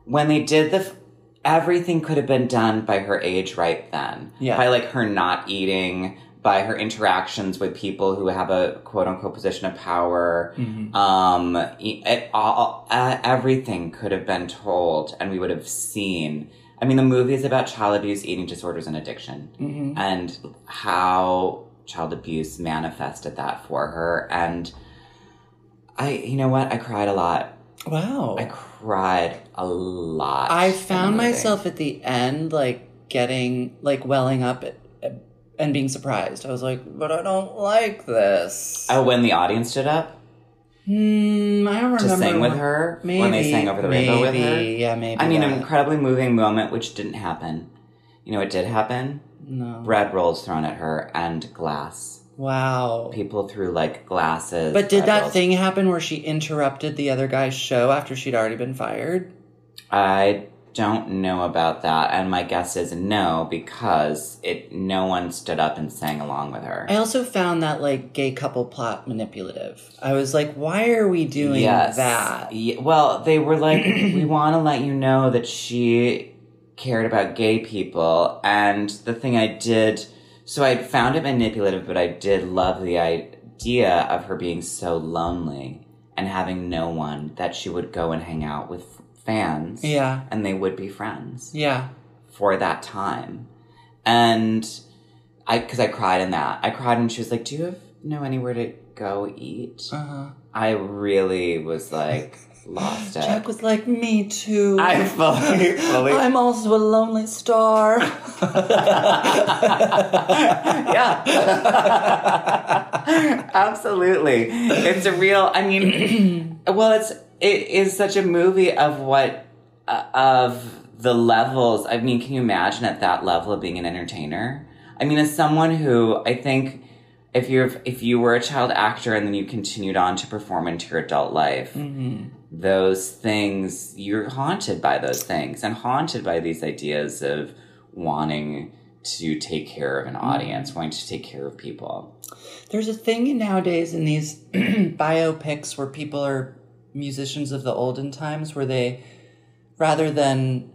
Speaker 2: when they did the f- everything could have been done by her age right then.
Speaker 1: Yeah.
Speaker 2: By like her not eating, by her interactions with people who have a quote unquote position of power.
Speaker 1: Mm-hmm.
Speaker 2: Um, e- it all uh, everything could have been told, and we would have seen. I mean, the movie is about child abuse, eating disorders, and addiction,
Speaker 1: Mm-hmm.
Speaker 2: and how child abuse manifested that for her. And I, you know what, I cried a lot.
Speaker 1: Wow.
Speaker 2: I cried a lot.
Speaker 1: I
Speaker 2: in the
Speaker 1: found
Speaker 2: movie.
Speaker 1: myself at the end, like getting, like welling up at, and being surprised. I was like, but I don't like this.
Speaker 2: Oh, when the audience stood up
Speaker 1: Hmm, I don't remember.
Speaker 2: to sing with
Speaker 1: when-
Speaker 2: her
Speaker 1: Maybe,
Speaker 2: when they sang over the rainbow with her.
Speaker 1: maybe, Yeah, maybe.
Speaker 2: I mean, an
Speaker 1: that.
Speaker 2: incredibly moving moment, which didn't happen. You know, it did happen.
Speaker 1: no.
Speaker 2: Bread rolls thrown at her and glass.
Speaker 1: Wow.
Speaker 2: People threw like glasses.
Speaker 1: But did
Speaker 2: bread
Speaker 1: that
Speaker 2: rolls.
Speaker 1: thing happen where she interrupted the other guy's show after she'd already been fired?
Speaker 2: I don't know about that, and my guess is no because it. No one stood up and sang along with her.
Speaker 1: I also found that like gay couple plot manipulative. I was like, why are we doing that?
Speaker 2: Ye- well, they were like, we want to let you know that she cared about gay people. And the thing I did, so I found it manipulative, but I did love the idea of her being so lonely and having no one that she would go and hang out with fans.
Speaker 1: Yeah.
Speaker 2: And they would be friends
Speaker 1: Yeah.
Speaker 2: for that time. And I, because I cried in that. I cried and she was like, Do you have, know anywhere to go eat?
Speaker 1: Uh huh.
Speaker 2: I really was like lost it.
Speaker 1: Jack was like, me too.
Speaker 2: I fully, fully.
Speaker 1: I'm also a lonely star.
Speaker 2: yeah, absolutely. It's a real. I mean, well, it's it is such a movie of what uh, of the levels. I mean, can you imagine at that level of being an entertainer? I mean, as someone who I think. If you're if you were a child actor and then you continued on to perform into your adult life,
Speaker 1: Mm-hmm.
Speaker 2: those things you're haunted by those things and haunted by these ideas of wanting to take care of an
Speaker 1: Mm-hmm.
Speaker 2: audience wanting to take care of people
Speaker 1: There's a thing nowadays in these biopics where people are musicians of the olden times where they rather than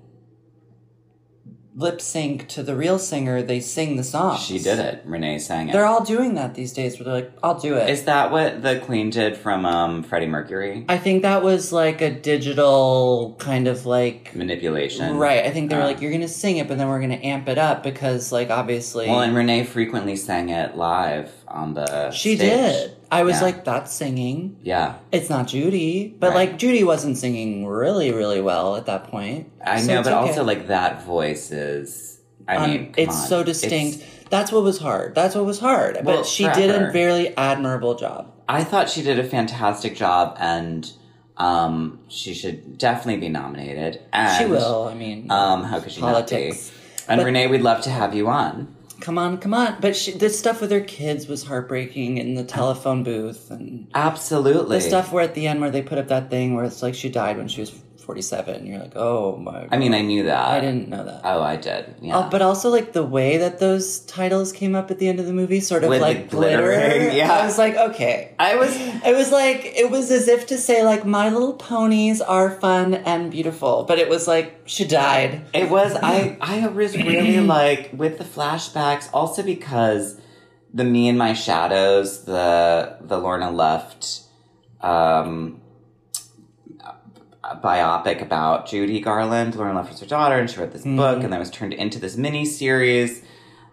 Speaker 1: lip sync to the real singer, they sing the song.
Speaker 2: She did it. Renee sang it.
Speaker 1: They're all doing that these days where they're like, I'll do it.
Speaker 2: Is that what the Queen did from um, Freddie Mercury?
Speaker 1: I think that was like a digital kind of like.
Speaker 2: Manipulation.
Speaker 1: Right. I think they were
Speaker 2: Uh.
Speaker 1: like, you're going to sing it, but then we're going to amp it up because, like, obviously.
Speaker 2: Well, and Renee frequently sang it live on the.
Speaker 1: she
Speaker 2: stage.
Speaker 1: did. I was
Speaker 2: Yeah.
Speaker 1: like, that's singing.
Speaker 2: Yeah.
Speaker 1: It's not Judy. But,
Speaker 2: Right.
Speaker 1: like, Judy wasn't singing really, really well at that point.
Speaker 2: I
Speaker 1: So
Speaker 2: know,
Speaker 1: it's
Speaker 2: but
Speaker 1: okay.
Speaker 2: also, like, that voice is. I
Speaker 1: Um,
Speaker 2: mean, come
Speaker 1: it's
Speaker 2: on.
Speaker 1: so
Speaker 2: It's-
Speaker 1: distinct. That's what was hard. That's what was hard.
Speaker 2: Well,
Speaker 1: but she
Speaker 2: for
Speaker 1: did
Speaker 2: her.
Speaker 1: a very admirable job.
Speaker 2: I thought she did a fantastic job and um, she should definitely be nominated. And,
Speaker 1: she will. I mean,
Speaker 2: Um, how could she
Speaker 1: politics.
Speaker 2: not be? And
Speaker 1: But-
Speaker 2: Renee, we'd love to have you on.
Speaker 1: Come on, come on. But she, the stuff with her kids was heartbreaking in the telephone booth and
Speaker 2: Absolutely.
Speaker 1: the stuff where at the end where they put up that thing where it's like she died when she was 47. And you're like, oh my.
Speaker 2: I mean, I knew that.
Speaker 1: I didn't know that.
Speaker 2: Oh, I did. Yeah.
Speaker 1: Uh, but also like the way that those titles came up at the end of the movie, sort of
Speaker 2: With the
Speaker 1: like glitter.
Speaker 2: glittering, yeah.
Speaker 1: I was like, okay.
Speaker 2: I was.
Speaker 1: It was like it was as if to say like My Little Ponies are fun and beautiful, but it was like she died.
Speaker 2: It was. I. I was really like with the flashbacks. Also because the me and my shadows. The the Lorna left. Um, a biopic about Judy Garland. Lauren Left was her daughter, and she wrote this book, and that was turned into this mini series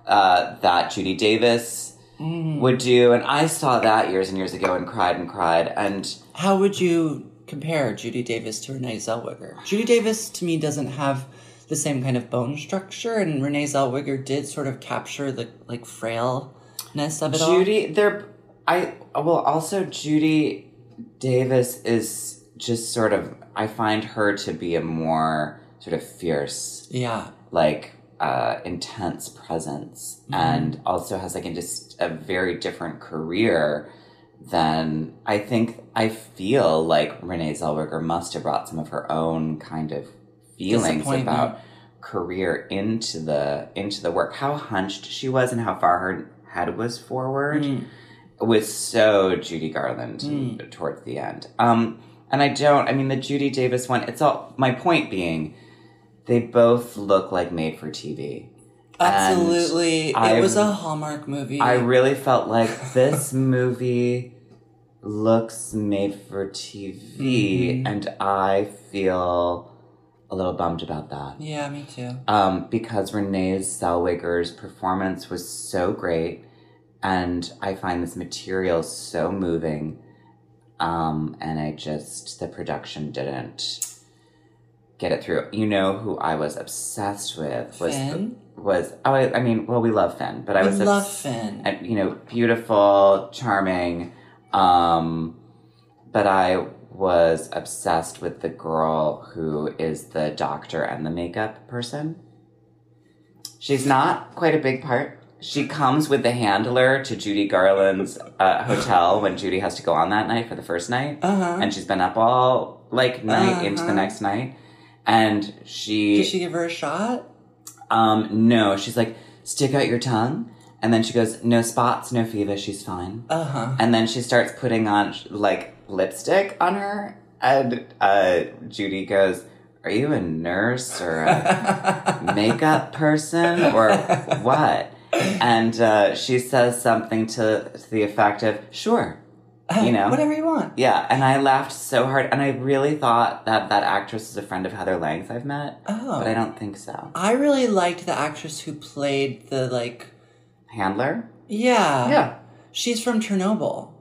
Speaker 2: uh, that Judy Davis would do. And I saw that years and years ago and cried and cried. And
Speaker 1: How would you compare Judy Davis to Renee Zellweger? Judy Davis to me doesn't have the same kind of bone structure, and Renee Zellweger did sort of capture the like frailness of it all.
Speaker 2: Judy, they're I well also Judy Davis is just sort of I find her to be a more sort of fierce,
Speaker 1: Yeah,
Speaker 2: like uh, intense presence,
Speaker 1: Mm-hmm.
Speaker 2: and also has like a just a very different career than I think I feel like Renee Zellweger must have brought some of her own kind of feelings
Speaker 1: Disappointment.
Speaker 2: about career into the into the work how hunched she was and how far her head was forward
Speaker 1: Mm-hmm. Mm.
Speaker 2: was so Judy Garland towards the end. Um, and I don't. I mean, the Judy Davis one. It's all. My point being, they both look like made for TV.
Speaker 1: absolutely.
Speaker 2: I-
Speaker 1: it was a Hallmark movie.
Speaker 2: I really felt like this movie looks made for TV, and I feel a little bummed about that.
Speaker 1: yeah, me too.
Speaker 2: um, because Renee Zellweger's performance was so great, and I find this material so moving. Um, and I just the production didn't get it through. You know who I was obsessed with was
Speaker 1: Finn?
Speaker 2: was oh I, I mean well we love Finn, but I
Speaker 1: We
Speaker 2: was
Speaker 1: love
Speaker 2: obs-
Speaker 1: Finn.
Speaker 2: and, you know beautiful, charming. Um, but I was obsessed with the girl who is the doctor and the makeup person. She's not quite a big part. She comes with the handler to Judy Garland's uh, hotel when Judy has to go on that night for the first night,
Speaker 1: Uh-huh.
Speaker 2: and she's been up all like night into the
Speaker 1: Uh-huh.
Speaker 2: next night, and
Speaker 1: Did she give her a shot?
Speaker 2: um, no, she's like, stick out your tongue. And then she goes, no spots, no fever, she's fine.
Speaker 1: Uh huh.
Speaker 2: And then she starts putting on, like, lipstick on her. And uh, Judy goes, are you a nurse or a makeup person or what? And uh, she says something to, to the effect of, sure, you know.
Speaker 1: Whatever you want.
Speaker 2: Yeah, and I laughed so hard, and I really thought that that actress is a friend of Heather Lang's I've met,
Speaker 1: Oh.
Speaker 2: but I don't think so.
Speaker 1: I really liked the actress who played the like
Speaker 2: Handler?
Speaker 1: yeah.
Speaker 2: Yeah.
Speaker 1: She's from Chernobyl.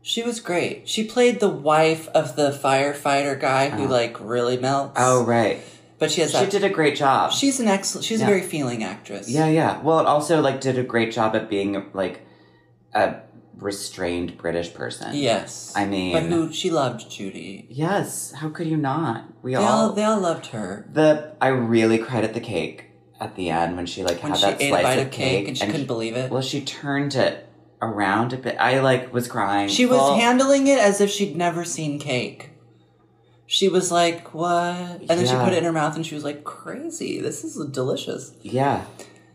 Speaker 1: She was great. She played the wife of the firefighter guy who like really melts.
Speaker 2: Uh-huh. Oh right,
Speaker 1: but she has
Speaker 2: she
Speaker 1: that.
Speaker 2: did a great job.
Speaker 1: she's an excellent. She's
Speaker 2: Yeah.
Speaker 1: a very feeling actress.
Speaker 2: yeah, yeah. Well, it also like did a great job at being like a restrained British person.
Speaker 1: Yes.
Speaker 2: I mean-
Speaker 1: but who she loved Judy.
Speaker 2: Yes. How could you not? We
Speaker 1: They
Speaker 2: all,
Speaker 1: all they all loved her.
Speaker 2: the I really cried at the cake at the end when she like
Speaker 1: When
Speaker 2: had
Speaker 1: she
Speaker 2: that
Speaker 1: ate a
Speaker 2: slice
Speaker 1: bite
Speaker 2: of
Speaker 1: of cake and she couldn't
Speaker 2: she-
Speaker 1: believe it.
Speaker 2: Well, she turned it around a bit. I like was crying.
Speaker 1: She was
Speaker 2: full-
Speaker 1: handling it as if she'd never seen cake. She was like, "What?" And then she
Speaker 2: Yeah.
Speaker 1: put it in her mouth, and she was like, "Crazy! This is delicious."
Speaker 2: Yeah.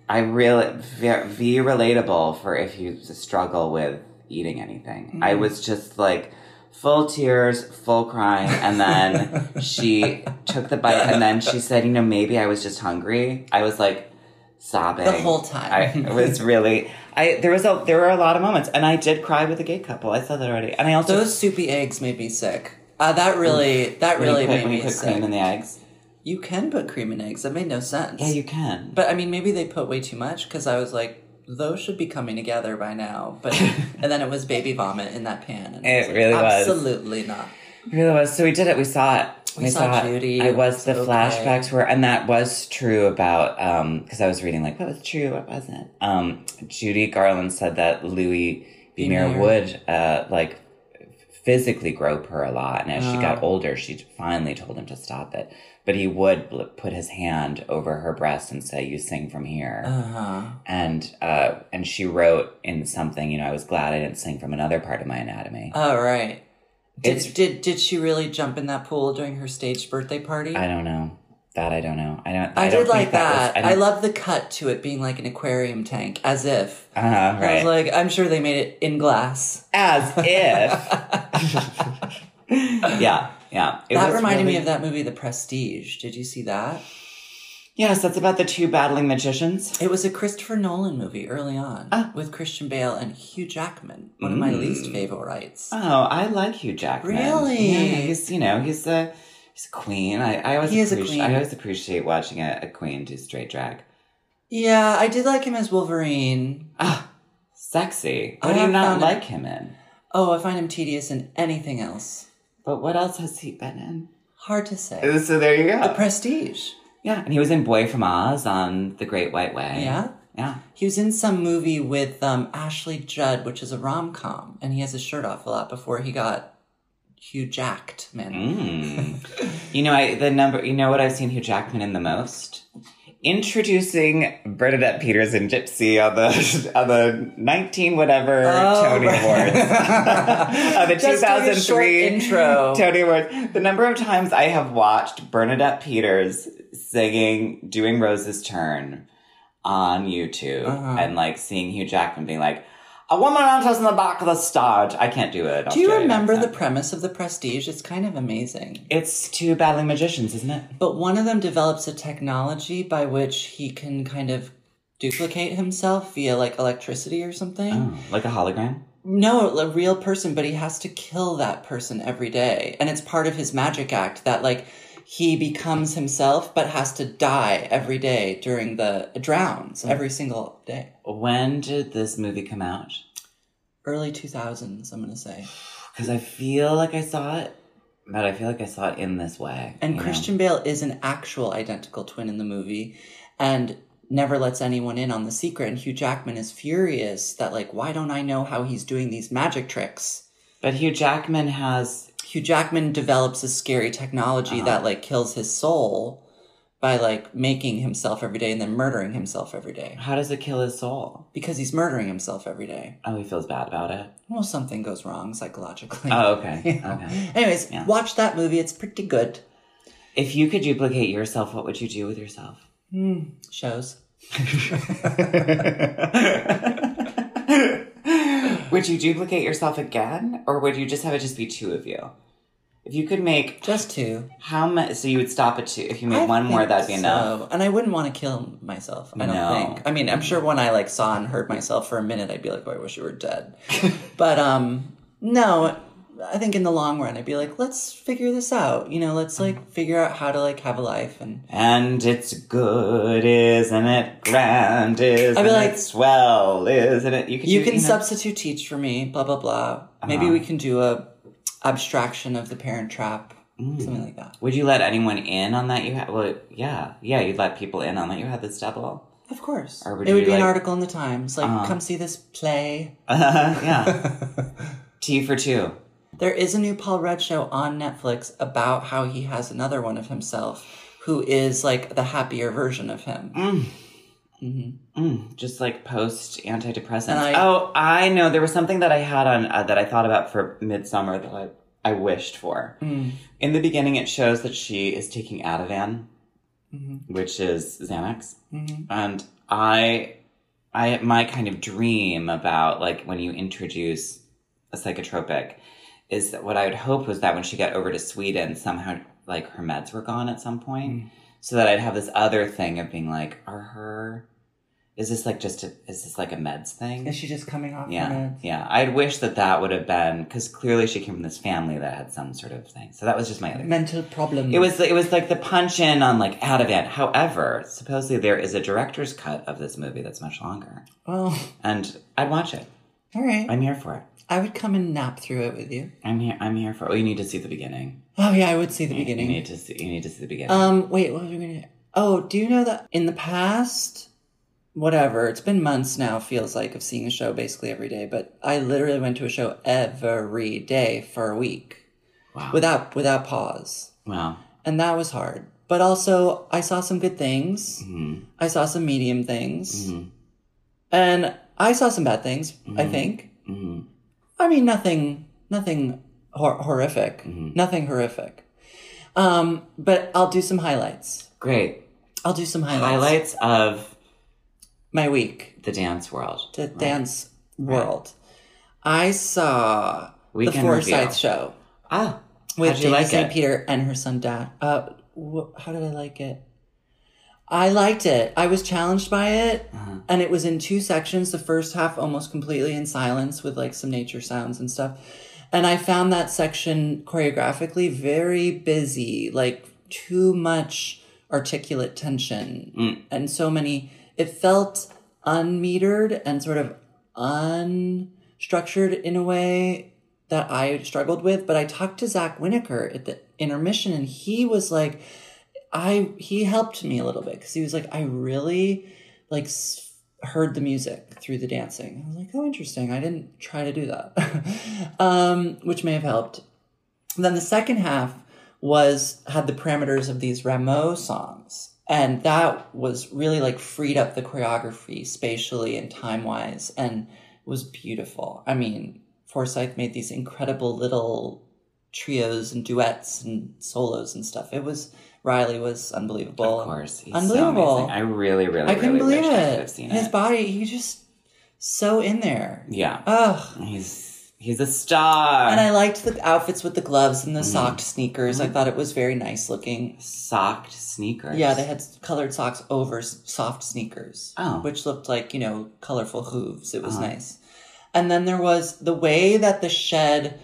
Speaker 2: I really very, very relatable for if you struggle with eating anything. I
Speaker 1: Mm-hmm.
Speaker 2: was just like full tears, full crying, and then she took the bite and then she said, "You know, maybe I was just hungry." I was like, sobbing
Speaker 1: The whole time.
Speaker 2: I it was really I there was a there were a lot of moments, and I did cry with a gay couple. I said that already, and I also
Speaker 1: Those soupy eggs made me sick. Uh, that really, that
Speaker 2: when you
Speaker 1: really
Speaker 2: put,
Speaker 1: made
Speaker 2: when you
Speaker 1: me
Speaker 2: put
Speaker 1: sick.
Speaker 2: cream in the eggs.
Speaker 1: you can put cream in eggs. That made no sense.
Speaker 2: Yeah, you can.
Speaker 1: But I mean, maybe they put way too much because I was like, those should be coming together by now. But and then it was baby vomit in that pan. And I
Speaker 2: It
Speaker 1: like,
Speaker 2: really was.
Speaker 1: absolutely not.
Speaker 2: It really was. So we did it. We saw it. We,
Speaker 1: saw Judy.
Speaker 2: I
Speaker 1: It
Speaker 2: was
Speaker 1: was
Speaker 2: the
Speaker 1: okay.
Speaker 2: flashbacks were, and that was true about um because I was reading like what was true, what wasn't. Um, Judy Garland said that Louis B. Mayer
Speaker 1: Mayer.
Speaker 2: would uh like physically grope her a lot, and as she
Speaker 1: Oh.
Speaker 2: got older, she finally told him to stop it. But he would bl- put his hand over her breast and say, "You sing from here."
Speaker 1: Uh
Speaker 2: Uh-huh.
Speaker 1: huh.
Speaker 2: And uh, and she wrote in something, you know, I was glad I didn't sing from another part of my anatomy.
Speaker 1: Oh right.
Speaker 2: It's-
Speaker 1: Did, did did she really jump in that pool during her staged birthday party?
Speaker 2: I don't know. That I don't know. I don't.
Speaker 1: I
Speaker 2: don't
Speaker 1: did
Speaker 2: think
Speaker 1: like that.
Speaker 2: was-
Speaker 1: I,
Speaker 2: don't-
Speaker 1: love the cut to it being like an aquarium tank, as if.
Speaker 2: Uh-huh,
Speaker 1: I
Speaker 2: right.
Speaker 1: was like, I'm sure they made it in glass.
Speaker 2: As if. yeah. Yeah. It
Speaker 1: that
Speaker 2: was
Speaker 1: reminded me
Speaker 2: really-
Speaker 1: of that movie, The Prestige. Did you see that?
Speaker 2: Yes, that's about the two battling magicians.
Speaker 1: It was a Christopher Nolan movie early on
Speaker 2: Ah.
Speaker 1: with Christian Bale and Hugh Jackman, one of my
Speaker 2: Mm.
Speaker 1: least favorites.
Speaker 2: Oh, I like Hugh Jackman.
Speaker 1: Really?
Speaker 2: Yeah, he's you know he's a he's a queen. I, I always
Speaker 1: He is a
Speaker 2: appreci-
Speaker 1: queen.
Speaker 2: I always appreciate watching a, a queen do straight drag.
Speaker 1: Yeah, I did like him as Wolverine.
Speaker 2: Ah, sexy.
Speaker 1: I
Speaker 2: What do you
Speaker 1: have
Speaker 2: not
Speaker 1: found it-
Speaker 2: like him in?
Speaker 1: Oh, I find him tedious in anything else.
Speaker 2: But what else has he been in?
Speaker 1: Hard to say.
Speaker 2: Oh, So there you go.
Speaker 1: The Prestige.
Speaker 2: yeah, and he was in Boy from Oz on The Great White Way.
Speaker 1: Yeah?
Speaker 2: Yeah.
Speaker 1: He was in some movie with um, Ashley Judd, which is a rom com, and he has his shirt off a lot before he got Hugh Jacked, man.
Speaker 2: Mm. you know, I the number. You know what I've seen Hugh Jackman in the most. Introducing Bernadette Peters and Gypsy on the on the nineteen whatever
Speaker 1: Oh,
Speaker 2: Tony
Speaker 1: right.
Speaker 2: Awards on the two
Speaker 1: Just doing a
Speaker 2: thousand
Speaker 1: short
Speaker 2: three
Speaker 1: intro.
Speaker 2: Tony Awards. The number of times I have watched Bernadette Peters singing "Doing Rose's Turn" on YouTube
Speaker 1: Uh-huh.
Speaker 2: and like seeing Hugh Jackman being like. A woman on us in the back of the stage. I can't do it.
Speaker 1: Do you
Speaker 2: Australian
Speaker 1: remember the
Speaker 2: accent.
Speaker 1: premise of The Prestige? It's kind of amazing.
Speaker 2: It's two battling magicians, isn't it?
Speaker 1: But one of them develops a technology by which he can kind of duplicate himself via like electricity or something.
Speaker 2: Oh, like a hologram?
Speaker 1: No, a real person, but he has to kill that person every day. And it's part of his magic act that like he becomes himself but has to die every day during the drowns every single day.
Speaker 2: When did this movie come out?
Speaker 1: Early 2000s, I'm going to say.
Speaker 2: Because I feel like I saw it, but I feel like I saw it in this way.
Speaker 1: And
Speaker 2: you know?
Speaker 1: Christian Bale is an actual identical twin in the movie and never lets anyone in on the secret. And Hugh Jackman is furious that, like, why don't I know how he's doing these magic tricks?
Speaker 2: But Hugh Jackman has.
Speaker 1: Hugh Jackman develops a scary technology
Speaker 2: Uh-huh.
Speaker 1: that, like, kills his soul by, like, making himself every day and then murdering himself every day
Speaker 2: How does it kill his soul?
Speaker 1: because he's murdering himself every day.
Speaker 2: Oh, he feels bad about it.
Speaker 1: Well, something goes wrong psychologically.
Speaker 2: Oh, okay.
Speaker 1: You know?
Speaker 2: Okay.
Speaker 1: Anyways,
Speaker 2: Yeah.
Speaker 1: watch that movie. It's pretty good.
Speaker 2: If you could duplicate yourself, what would you do with yourself?
Speaker 1: Shows.
Speaker 2: would you duplicate yourself again, or would you just have it just be two of you? If you could make
Speaker 1: Just two.
Speaker 2: how much, so you would stop at two. If you made
Speaker 1: I
Speaker 2: one more,
Speaker 1: think
Speaker 2: that'd be enough.
Speaker 1: so. And I wouldn't want to kill myself. I don't
Speaker 2: No.
Speaker 1: think. I mean, I'm sure when I like saw and heard myself for a minute, I'd be like, "Oh, I wish you were dead." but um, no, I think in the long run, I'd be like, "Let's figure this out." You know, let's like figure out how to like have a life and
Speaker 2: And it's good, isn't it? Grand, isn't
Speaker 1: I'd be like-
Speaker 2: it? Swell, isn't it? You can, Uh-huh.
Speaker 1: you
Speaker 2: do-
Speaker 1: can
Speaker 2: know-
Speaker 1: substitute teach for me. Blah blah blah. Maybe we can do a abstraction of the Parent Trap,
Speaker 2: Mm.
Speaker 1: something like that.
Speaker 2: Would you let anyone in on that? You had well, yeah, yeah. You'd let people in on that. You had this double.
Speaker 1: Of course,
Speaker 2: Or would
Speaker 1: it
Speaker 2: you,
Speaker 1: would be an
Speaker 2: like- Uh-huh.
Speaker 1: article in the Times, like, "Come see this play."
Speaker 2: yeah. Tea for two.
Speaker 1: There is a new Paul Rudd show on Netflix about how he has another one of himself who is like the happier version of him.
Speaker 2: Mm, just like post antidepressants.
Speaker 1: And I-
Speaker 2: oh, I know. There was something that I had on uh, that I thought about for midsummer that I I wished for. In the beginning, it shows that she is taking Ativan,
Speaker 1: Mm-hmm.
Speaker 2: which is Xanax, and I, I my kind of dream about like when you introduce a psychotropic is that what I would hope was that when she got over to Sweden, somehow
Speaker 1: Mm.
Speaker 2: like her meds were gone at some point, so that I'd have this other thing of being like, are her is this like just a, is this like a meds thing?
Speaker 1: Is she just coming off
Speaker 2: Yeah,
Speaker 1: her meds?
Speaker 2: yeah. I'd wish that that would have been because clearly she came from this family that had some sort of thing. So that was just my other.
Speaker 1: Mental problem.
Speaker 2: It was it was like the punch in on like Ativan. However, supposedly there is a director's cut of this movie that's much longer,
Speaker 1: Oh,
Speaker 2: and I'd watch it.
Speaker 1: all right.
Speaker 2: I'm here for it.
Speaker 1: I would come and nap through it with you.
Speaker 2: I'm here. I'm here for. Oh, you need to see the beginning.
Speaker 1: Oh yeah, I would see the
Speaker 2: You
Speaker 1: beginning.
Speaker 2: need to see. You need to see the beginning.
Speaker 1: Um, wait, what was we gonna? Oh, do you know that in the past, whatever it's been months now, feels like of seeing a show basically every day. But I literally went to a show every day for a week
Speaker 2: wow.
Speaker 1: without without pause,
Speaker 2: wow.
Speaker 1: and that was hard. But also, I saw some good things.
Speaker 2: Mhm.
Speaker 1: I saw some medium things,
Speaker 2: Mhm.
Speaker 1: and I saw some bad things. I
Speaker 2: Mhm.
Speaker 1: think.
Speaker 2: Mhm.
Speaker 1: I mean, nothing, nothing hor- horrific,
Speaker 2: Mhm.
Speaker 1: nothing horrific. Um, but I'll do some highlights.
Speaker 2: Great
Speaker 1: I'll do some highlights.
Speaker 2: highlights of
Speaker 1: my week
Speaker 2: the dance world.
Speaker 1: to dance world. I saw the
Speaker 2: Weekend
Speaker 1: Forsyth
Speaker 2: review.
Speaker 1: show
Speaker 2: Ah,
Speaker 1: with
Speaker 2: how'd you
Speaker 1: Jamie
Speaker 2: like
Speaker 1: St.
Speaker 2: it?
Speaker 1: Peter and her son Dad. Uh, wh- how did I like it? I liked it. I was challenged by it,
Speaker 2: Uh-huh.
Speaker 1: and it was in two sections. The first half almost completely in silence with like some nature sounds and stuff. And I found that section choreographically very busy, like too much articulate tension
Speaker 2: Mm.
Speaker 1: and so many. It felt unmetered and sort of unstructured in a way that I struggled with. But I talked to Zach Winokur at the intermission, and he was like, I he helped me a little bit because he was like, I really like s- heard the music through the dancing. I was like, oh, interesting. I didn't try to do that, um, which may have helped. And then the second half was had the parameters of these Rameau songs, and that was really like freed up the choreography spatially and time wise, and was beautiful. I mean, Forsyth made these incredible little trios and duets and solos and stuff. It was Riley was unbelievable.
Speaker 2: of course. He's
Speaker 1: Unbelievable.
Speaker 2: So amazing. I really, really,
Speaker 1: I couldn't
Speaker 2: really
Speaker 1: believe
Speaker 2: wish I could
Speaker 1: it.
Speaker 2: have seen
Speaker 1: His
Speaker 2: it.
Speaker 1: body, he just so in there.
Speaker 2: yeah.
Speaker 1: Ugh.
Speaker 2: He's he's a star.
Speaker 1: And I liked the outfits with the gloves and the
Speaker 2: Mm-hmm.
Speaker 1: socked sneakers. I thought it was very nice looking.
Speaker 2: Socked sneakers.
Speaker 1: Yeah, they had colored socks over s- soft sneakers,
Speaker 2: Oh.
Speaker 1: which looked like you know colorful hooves. It was nice. And then there was the way that the shed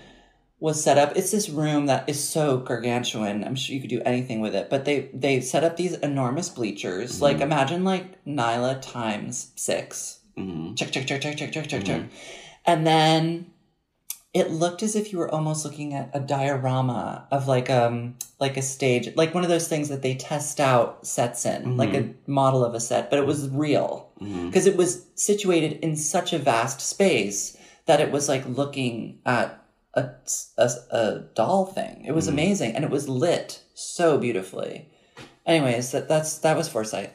Speaker 1: was set up. It's this room that is so gargantuan. I'm sure you could do anything with it, but they they set up these enormous bleachers. Like imagine like Nyla times six.
Speaker 2: Mhm.
Speaker 1: check, check, check, check, check, check, check, check. And then it looked as if you were almost looking at a diorama of like um like a stage, like one of those things that they test out sets in, like a model of a set, but it was real
Speaker 2: Mhm.
Speaker 1: because it was situated in such a vast space that it was like looking at a, a, a doll thing. It was amazing and it was lit so beautifully. Anyways, that that's that was Foresight.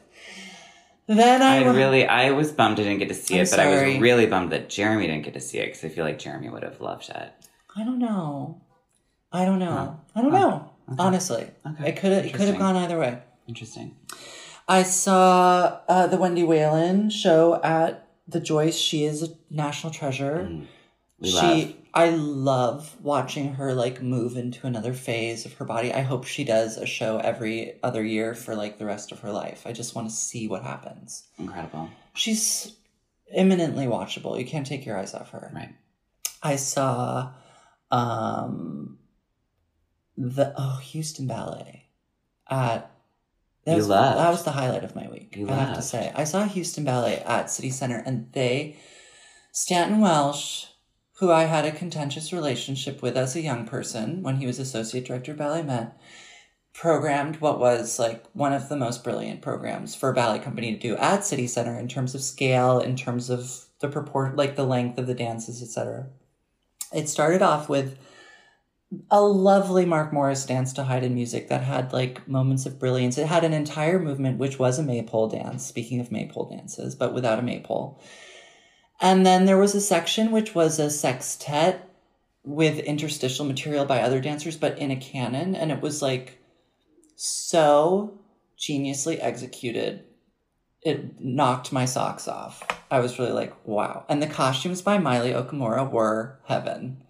Speaker 1: Then I,
Speaker 2: I
Speaker 1: wa-
Speaker 2: really, I was bummed I didn't get to see
Speaker 1: I'm
Speaker 2: it, but I
Speaker 1: sorry.
Speaker 2: was really bummed that Jeremy didn't get to see it because I feel like Jeremy would have loved it.
Speaker 1: I don't know. I don't know. I don't know. Honestly,
Speaker 2: Okay.
Speaker 1: it could have it could have
Speaker 2: Interesting.
Speaker 1: gone either way.
Speaker 2: Interesting.
Speaker 1: I saw uh, the Wendy Whalen show at the Joyce. She is a national treasure.
Speaker 2: Mm, Mm-hmm. We
Speaker 1: she,
Speaker 2: love.
Speaker 1: I love watching her like move into another phase of her body. I hope she does a show every other year for like the rest of her life. I just want to see what happens.
Speaker 2: Incredible.
Speaker 1: She's imminently watchable. You can't take your eyes off her.
Speaker 2: Right.
Speaker 1: I saw um the oh Houston Ballet at that
Speaker 2: You
Speaker 1: was,
Speaker 2: loved.
Speaker 1: that was the highlight of my week.
Speaker 2: You
Speaker 1: I have to
Speaker 2: loved.
Speaker 1: say, I saw Houston Ballet at City Center, and they Stanton Welsh, who I had a contentious relationship with as a young person when he was associate director of Ballet Met, programmed what was like one of the most brilliant programs for a ballet company to do at City Center in terms of scale, in terms of the purport, like the length of the dances, etc. It started off with a lovely Mark Morris dance to hide in music that had like moments of brilliance. It had an entire movement which was a maypole dance, speaking of maypole dances, but without a maypole. And then there was a section which was a sextet with interstitial material by other dancers, but in a canon. And it was like so geniusly executed. It knocked my socks off. I was really like, wow. And the costumes by Miley Okamura were heaven.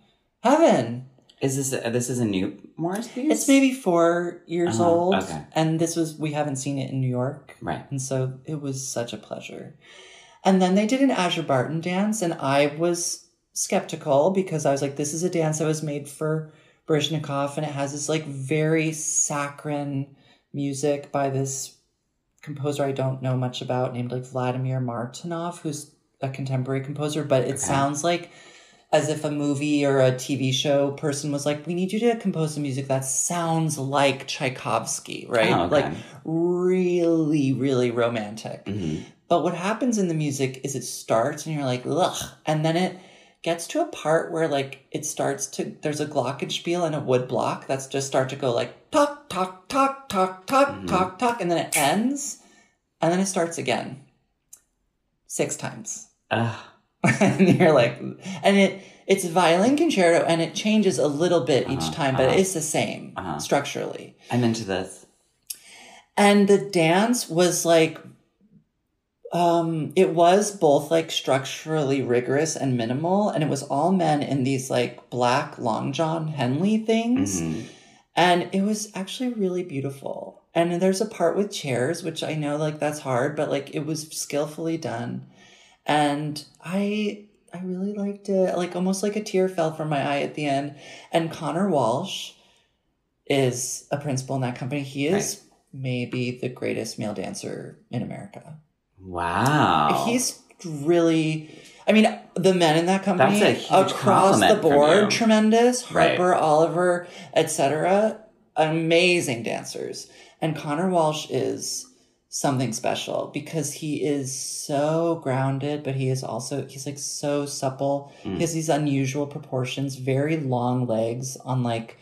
Speaker 1: Heaven.
Speaker 2: Is this a, this is a new Morris piece?
Speaker 1: It's maybe four years
Speaker 2: Uh-huh,
Speaker 1: old,
Speaker 2: okay.
Speaker 1: and this was we haven't seen it in New York,
Speaker 2: right.
Speaker 1: and so it was such a pleasure. And then they did an Azure Barton dance, and I was skeptical because I was like, this is a dance that was made for Brezhnikov, and it has this like very saccharine music by this composer I don't know much about named like Vladimir Martinov, who's a contemporary composer, but it
Speaker 2: Okay.
Speaker 1: sounds like as if a movie or a TV show person was like, we need you to compose some music that sounds like Tchaikovsky, right?
Speaker 2: Oh, okay.
Speaker 1: Like really, really romantic.
Speaker 2: Mhm.
Speaker 1: But what happens in the music is it starts and you're like, ugh. And then it gets to a part where like it starts to there's a glockenspiel and a wood block that's just start to go like talk, talk, talk, talk, talk,
Speaker 2: Mhm.
Speaker 1: talk, talk, and then it ends, and then it starts again. Six times.
Speaker 2: Ugh.
Speaker 1: and you're like and it it's a violin concerto and it changes a little bit
Speaker 2: Uh-huh,
Speaker 1: each time, but
Speaker 2: uh-huh.
Speaker 1: it's the same
Speaker 2: Uh-huh.
Speaker 1: structurally.
Speaker 2: I'm into this.
Speaker 1: And the dance was like, um, it was both like structurally rigorous and minimal, and it was all men in these like black long john Henley things,
Speaker 2: Mhm.
Speaker 1: and it was actually really beautiful. And there's a part with chairs, which I know like that's hard, but like it was skillfully done, and I I really liked it. Like almost like a tear fell from my eye at the end. And Connor Walsh is a principal in that company. He is
Speaker 2: Right.
Speaker 1: maybe the greatest male dancer in America.
Speaker 2: Wow.
Speaker 1: He's really, I mean, the men in that company
Speaker 2: That's a huge
Speaker 1: across the
Speaker 2: compliment from you.
Speaker 1: board, tremendous.
Speaker 2: Right.
Speaker 1: Harper, Oliver, etc. Amazing dancers. And Connor Walsh is something special because he is so grounded, but he is also, he's like so supple.
Speaker 2: Mm.
Speaker 1: He has these unusual proportions, very long legs on like,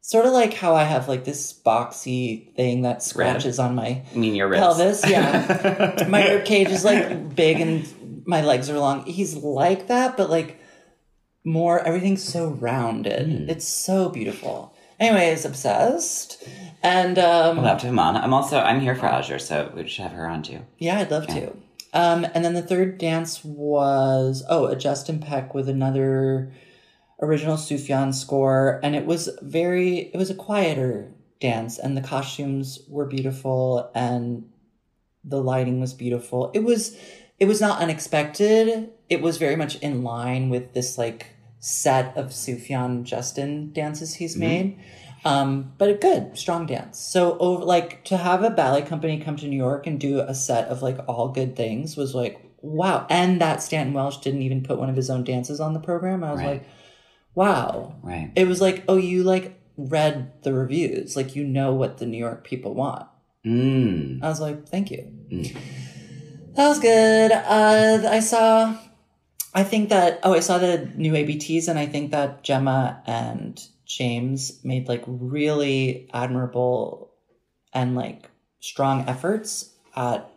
Speaker 1: sort of like how I have like this boxy thing that scratches on my
Speaker 2: I mean, your ribs.
Speaker 1: Pelvis,
Speaker 2: yeah.
Speaker 1: my rib cage is like big and my legs are long. He's like that, but like more everything's so rounded.
Speaker 2: Mm.
Speaker 1: It's so beautiful. Anyways, obsessed. And um
Speaker 2: We'll have to have him on. I'm also I'm here for Azure, so we should have her on too.
Speaker 1: yeah, I'd love to. Um and then the third dance was oh, a Justin Peck with another original Sufjan score and it was very it was a quieter dance and the costumes were beautiful and the lighting was beautiful it was it was not unexpected it was very much in line with this like set of sufjan justin dances he's made um but a good strong dance so over like to have a ballet company come to new york and do a set of like all good things was like wow and that stanton welsh didn't even put one of his own dances on the program i was
Speaker 2: Right.
Speaker 1: like wow
Speaker 2: Right.
Speaker 1: it was like oh you like read the reviews like you know what the new york people want
Speaker 2: Mm.
Speaker 1: I was like, thank you.
Speaker 2: Mm.
Speaker 1: That was good. Uh, I saw, I think that, oh, I saw the new ABTs, and I think that Gemma and James made like really admirable and like strong efforts at,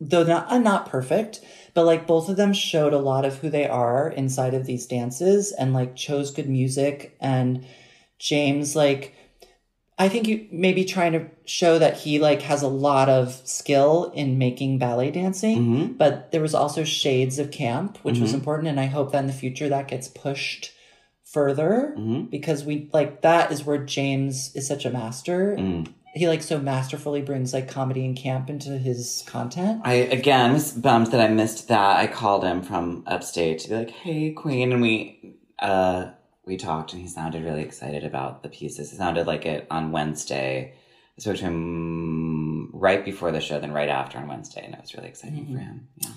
Speaker 1: though not, uh, not perfect, but like both of them showed a lot of who they are inside of these dances and like chose good music. And James, like, I think you maybe trying to show that he like has a lot of skill in making ballet dancing,
Speaker 2: hmm
Speaker 1: but there was also shades of camp, which was
Speaker 2: Mhm.
Speaker 1: important, and I hope that in the future that gets pushed further
Speaker 2: hmm
Speaker 1: because we like that is where James is such a master.
Speaker 2: Mm-hmm. Mm.
Speaker 1: He like so masterfully brings like comedy and camp into his content.
Speaker 2: I again was bummed that I missed that. I called him from upstate to be like, "Hey, Queen," and we uh we talked, and he sounded really excited about the pieces. It sounded like it on Wednesday. I spoke to him mm, right before the show, then right after on Wednesday, and it was really exciting for
Speaker 1: Mhm.
Speaker 2: him. Yeah.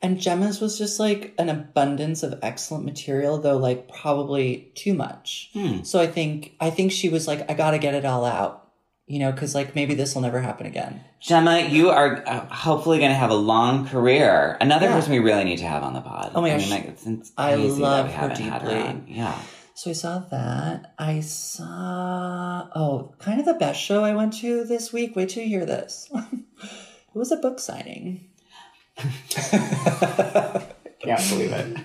Speaker 1: And Gemma's was just like an abundance of excellent material, though like probably too much.
Speaker 2: Hmm.
Speaker 1: So I think I think she was like, I gotta get it all out, you know, because like maybe this will never happen again.
Speaker 2: Gemma, you are uh, hopefully going to have a long career. Another
Speaker 1: Yeah.
Speaker 2: person we really need to have on the pod.
Speaker 1: Oh my
Speaker 2: I mean,
Speaker 1: gosh.
Speaker 2: like, it's, it's
Speaker 1: I
Speaker 2: crazy that
Speaker 1: love
Speaker 2: we
Speaker 1: her
Speaker 2: haven't had
Speaker 1: deeply.
Speaker 2: on. Yeah.
Speaker 1: So I saw that. I saw oh, kind of the best show I went to this week. Wait till you hear this. it was a book signing,
Speaker 2: Can't believe it.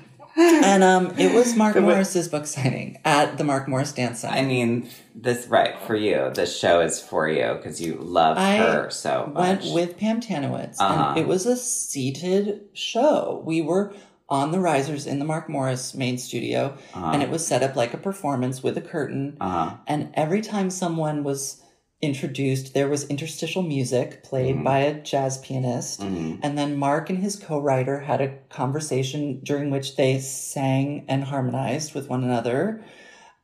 Speaker 1: and um, it was Mark
Speaker 2: The way-
Speaker 1: Morris's book signing at the Mark Morris Dance Center.
Speaker 2: I mean, this right for you. This show is for you because you love
Speaker 1: I
Speaker 2: her so much.
Speaker 1: went with Pam Tanowitz,
Speaker 2: Uh-huh.
Speaker 1: and it was a seated show. We were on the risers in the Mark Morris main studio,
Speaker 2: Uh-huh.
Speaker 1: and it was set up like a performance with a curtain.
Speaker 2: uh-huh.
Speaker 1: And every time someone was introduced, there was interstitial music played
Speaker 2: Mhm.
Speaker 1: by a jazz pianist.
Speaker 2: Mhm.
Speaker 1: And then Mark and his co writer had a conversation during which they sang and harmonized with one another.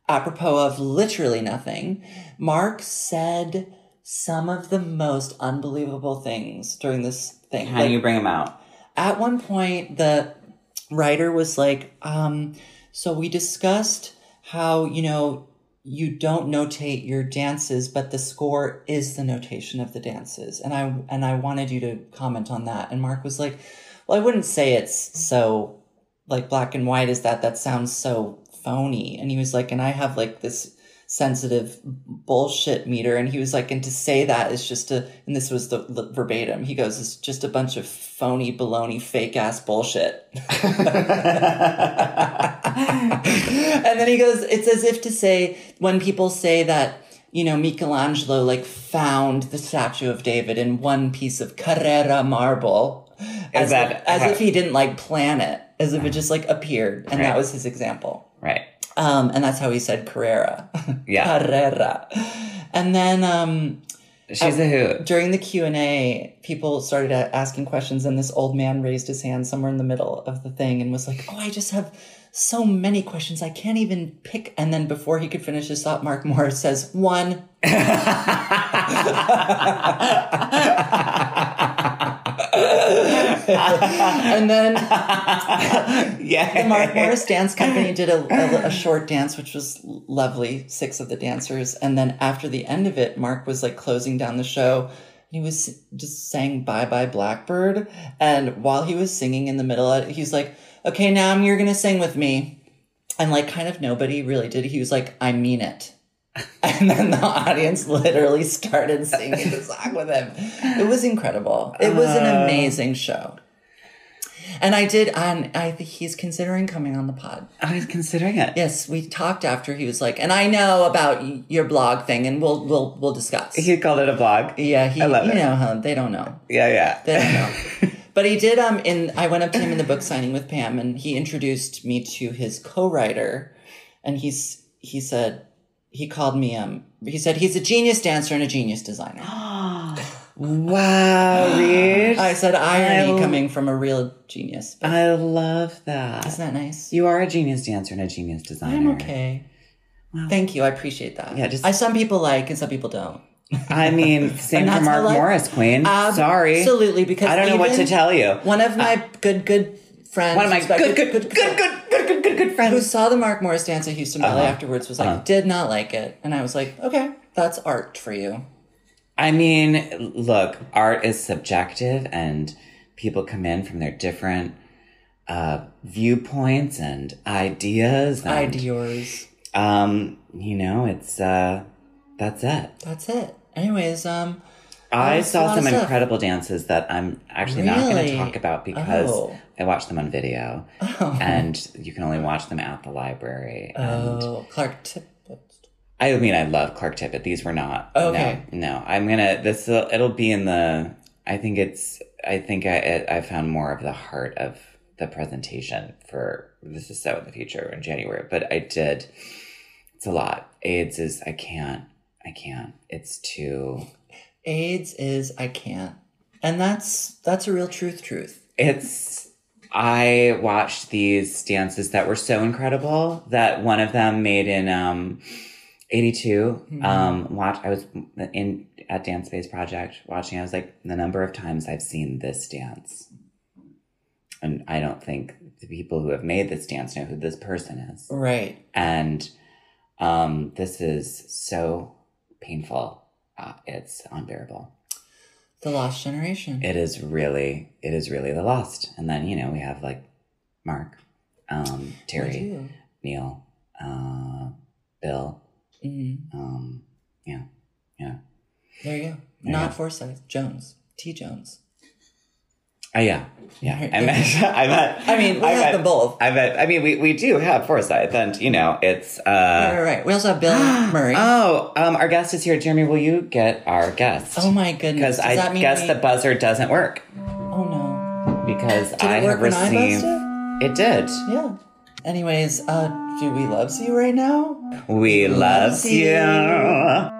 Speaker 1: Apropos of literally nothing, Mark said some of the most unbelievable things during this thing.
Speaker 2: How do you bring them out?
Speaker 1: At one point, the writer was like, um, So we discussed how, you know, you don't notate your dances, but the score is the notation of the dances. And I and I wanted you to comment on that. And Mark was like, Well, I wouldn't say it's so like black and white as that. That sounds so phony. And he was like, and I have like this sensitive bullshit meter. And he was like, and to say that is just a, and this was the, the verbatim. He goes, it's just a bunch of phony, baloney, fake ass bullshit. and then he goes, it's as if to say, when people say that, you know, Michelangelo like found the statue of David in one piece of Carrera marble. As,
Speaker 2: that-
Speaker 1: as if he didn't like plan it, as if it just like appeared. And that
Speaker 2: Right.
Speaker 1: was his example.
Speaker 2: Right.
Speaker 1: Um, and that's how he said Carrera. Uh,
Speaker 2: Yeah.
Speaker 1: Carrera. And then um,
Speaker 2: She's a hoot.
Speaker 1: during the Q&A, people started a- asking questions and this old man raised his hand somewhere in the middle of the thing and was like, "Oh, I just have so many questions. I can't even pick." And then before he could finish his thought, Mark Morris says, "One." and then
Speaker 2: yeah.
Speaker 1: the Mark Morris Dance Company did a, a, a short dance, which was l- lovely. Six of the dancers, and then after the end of it, Mark was like closing down the show. And he was just saying "Bye Bye Blackbird," and while he was singing in the middle, of it, he's like, "Okay, now I'm- you're gonna sing with me," and like kind of nobody really did. He was like, "I mean it." And then the audience literally started singing the song with him. It was incredible. It was an amazing show. And I did, and I think he's considering coming on the pod.
Speaker 2: I was considering it.
Speaker 1: Yes, we talked after he was like, and I know about y- your blog thing, and we'll we'll we'll discuss.
Speaker 2: He called it a blog.
Speaker 1: yeah, he,
Speaker 2: I love
Speaker 1: you
Speaker 2: it.
Speaker 1: know, huh, they don't know.
Speaker 2: Yeah, yeah.
Speaker 1: They don't know. but he did. Um, in I went up to him in the book signing with Pam, and he introduced me to his co-writer, and he's he said he called me um he said he's a genius dancer and a genius designer.
Speaker 2: wow, Reed.
Speaker 1: I said irony
Speaker 2: I-
Speaker 1: coming from a real genius. But
Speaker 2: I love that.
Speaker 1: isn't that nice?
Speaker 2: You are a genius dancer and a genius designer.
Speaker 1: I'm okay. Thank you. I appreciate that.
Speaker 2: Yeah, just-
Speaker 1: I, some people like and some people don't.
Speaker 2: I mean, same
Speaker 1: And
Speaker 2: for
Speaker 1: that's my
Speaker 2: Mark
Speaker 1: life.
Speaker 2: Morris, Queen. Sorry.
Speaker 1: Absolutely, because
Speaker 2: I don't know what to
Speaker 1: even
Speaker 2: tell you.
Speaker 1: One of my good, good friends.
Speaker 2: One of my
Speaker 1: who's got
Speaker 2: good, good, good, good, Uh-huh. good, good, good, good, good
Speaker 1: Who
Speaker 2: friends.
Speaker 1: saw the Mark Morris dance at Houston Ballet afterwards was like, did not like it. And I was like, okay, that's art for you.
Speaker 2: I mean, look, art is subjective and people come in from their different uh, viewpoints and ideas. And,
Speaker 1: Ideas.
Speaker 2: Um, you know, it's, uh, that's it.
Speaker 1: That's it. Anyways, um,
Speaker 2: I
Speaker 1: that's a lot
Speaker 2: saw
Speaker 1: of
Speaker 2: some
Speaker 1: stuff.
Speaker 2: incredible dances that I'm actually not going
Speaker 1: Really?
Speaker 2: to talk about because
Speaker 1: Oh.
Speaker 2: I watched them on video, and you can only watch them at the library. And
Speaker 1: oh, Clark Tippett.
Speaker 2: I mean, I love Clark Tippett. These were not.
Speaker 1: Oh, Okay.
Speaker 2: No, no. I'm gonna. This will- it'll be in the. I think it's. I think I it, I found more of the heart of the presentation for this is so in the future in January. But I did. It's a lot. AIDS is. I can't. I can't. It's too.
Speaker 1: AIDS is I can't. And that's that's a real truth truth.
Speaker 2: It's. I watched these dances that were so incredible that one of them made in um, eighty Um, watch. I was in at Dance Space Project watching. I was like, the number of times I've seen this dance, and I don't think the people who have made this dance know who this person is.
Speaker 1: Right.
Speaker 2: And um, this is so painful. Uh, it's unbearable.
Speaker 1: The lost generation.
Speaker 2: It is really, it is really the lost. And then, you know, we have like Mark, um,
Speaker 1: We
Speaker 2: Terry,
Speaker 1: do.
Speaker 2: Neil, uh, Bill.
Speaker 1: Mhm.
Speaker 2: Um, yeah.
Speaker 1: There you go.
Speaker 2: Yeah.
Speaker 1: Not Forsyth. Jones. T. Jones.
Speaker 2: Oh, yeah. Yeah. I meant, I meant,
Speaker 1: I mean, we
Speaker 2: I uh,
Speaker 1: have
Speaker 2: meant,
Speaker 1: them both.
Speaker 2: I meant, I mean, we, we do have Forsyth and, you know, it's,
Speaker 1: Right,
Speaker 2: uh,
Speaker 1: right, right. We also have Bill Murray.
Speaker 2: oh, um, our guest is here. Jeremy, will you get our guest?
Speaker 1: oh my
Speaker 2: Because
Speaker 1: goodness. Does
Speaker 2: I
Speaker 1: that mean
Speaker 2: guess
Speaker 1: we-
Speaker 2: the buzzer doesn't work
Speaker 1: Oh no.
Speaker 2: because
Speaker 1: Did
Speaker 2: I
Speaker 1: it work
Speaker 2: have
Speaker 1: when I
Speaker 2: received.
Speaker 1: buzzed
Speaker 2: it did.
Speaker 1: it? Yeah. Anyways, uh, do we loves you right now?
Speaker 2: We loves
Speaker 1: you.
Speaker 2: you.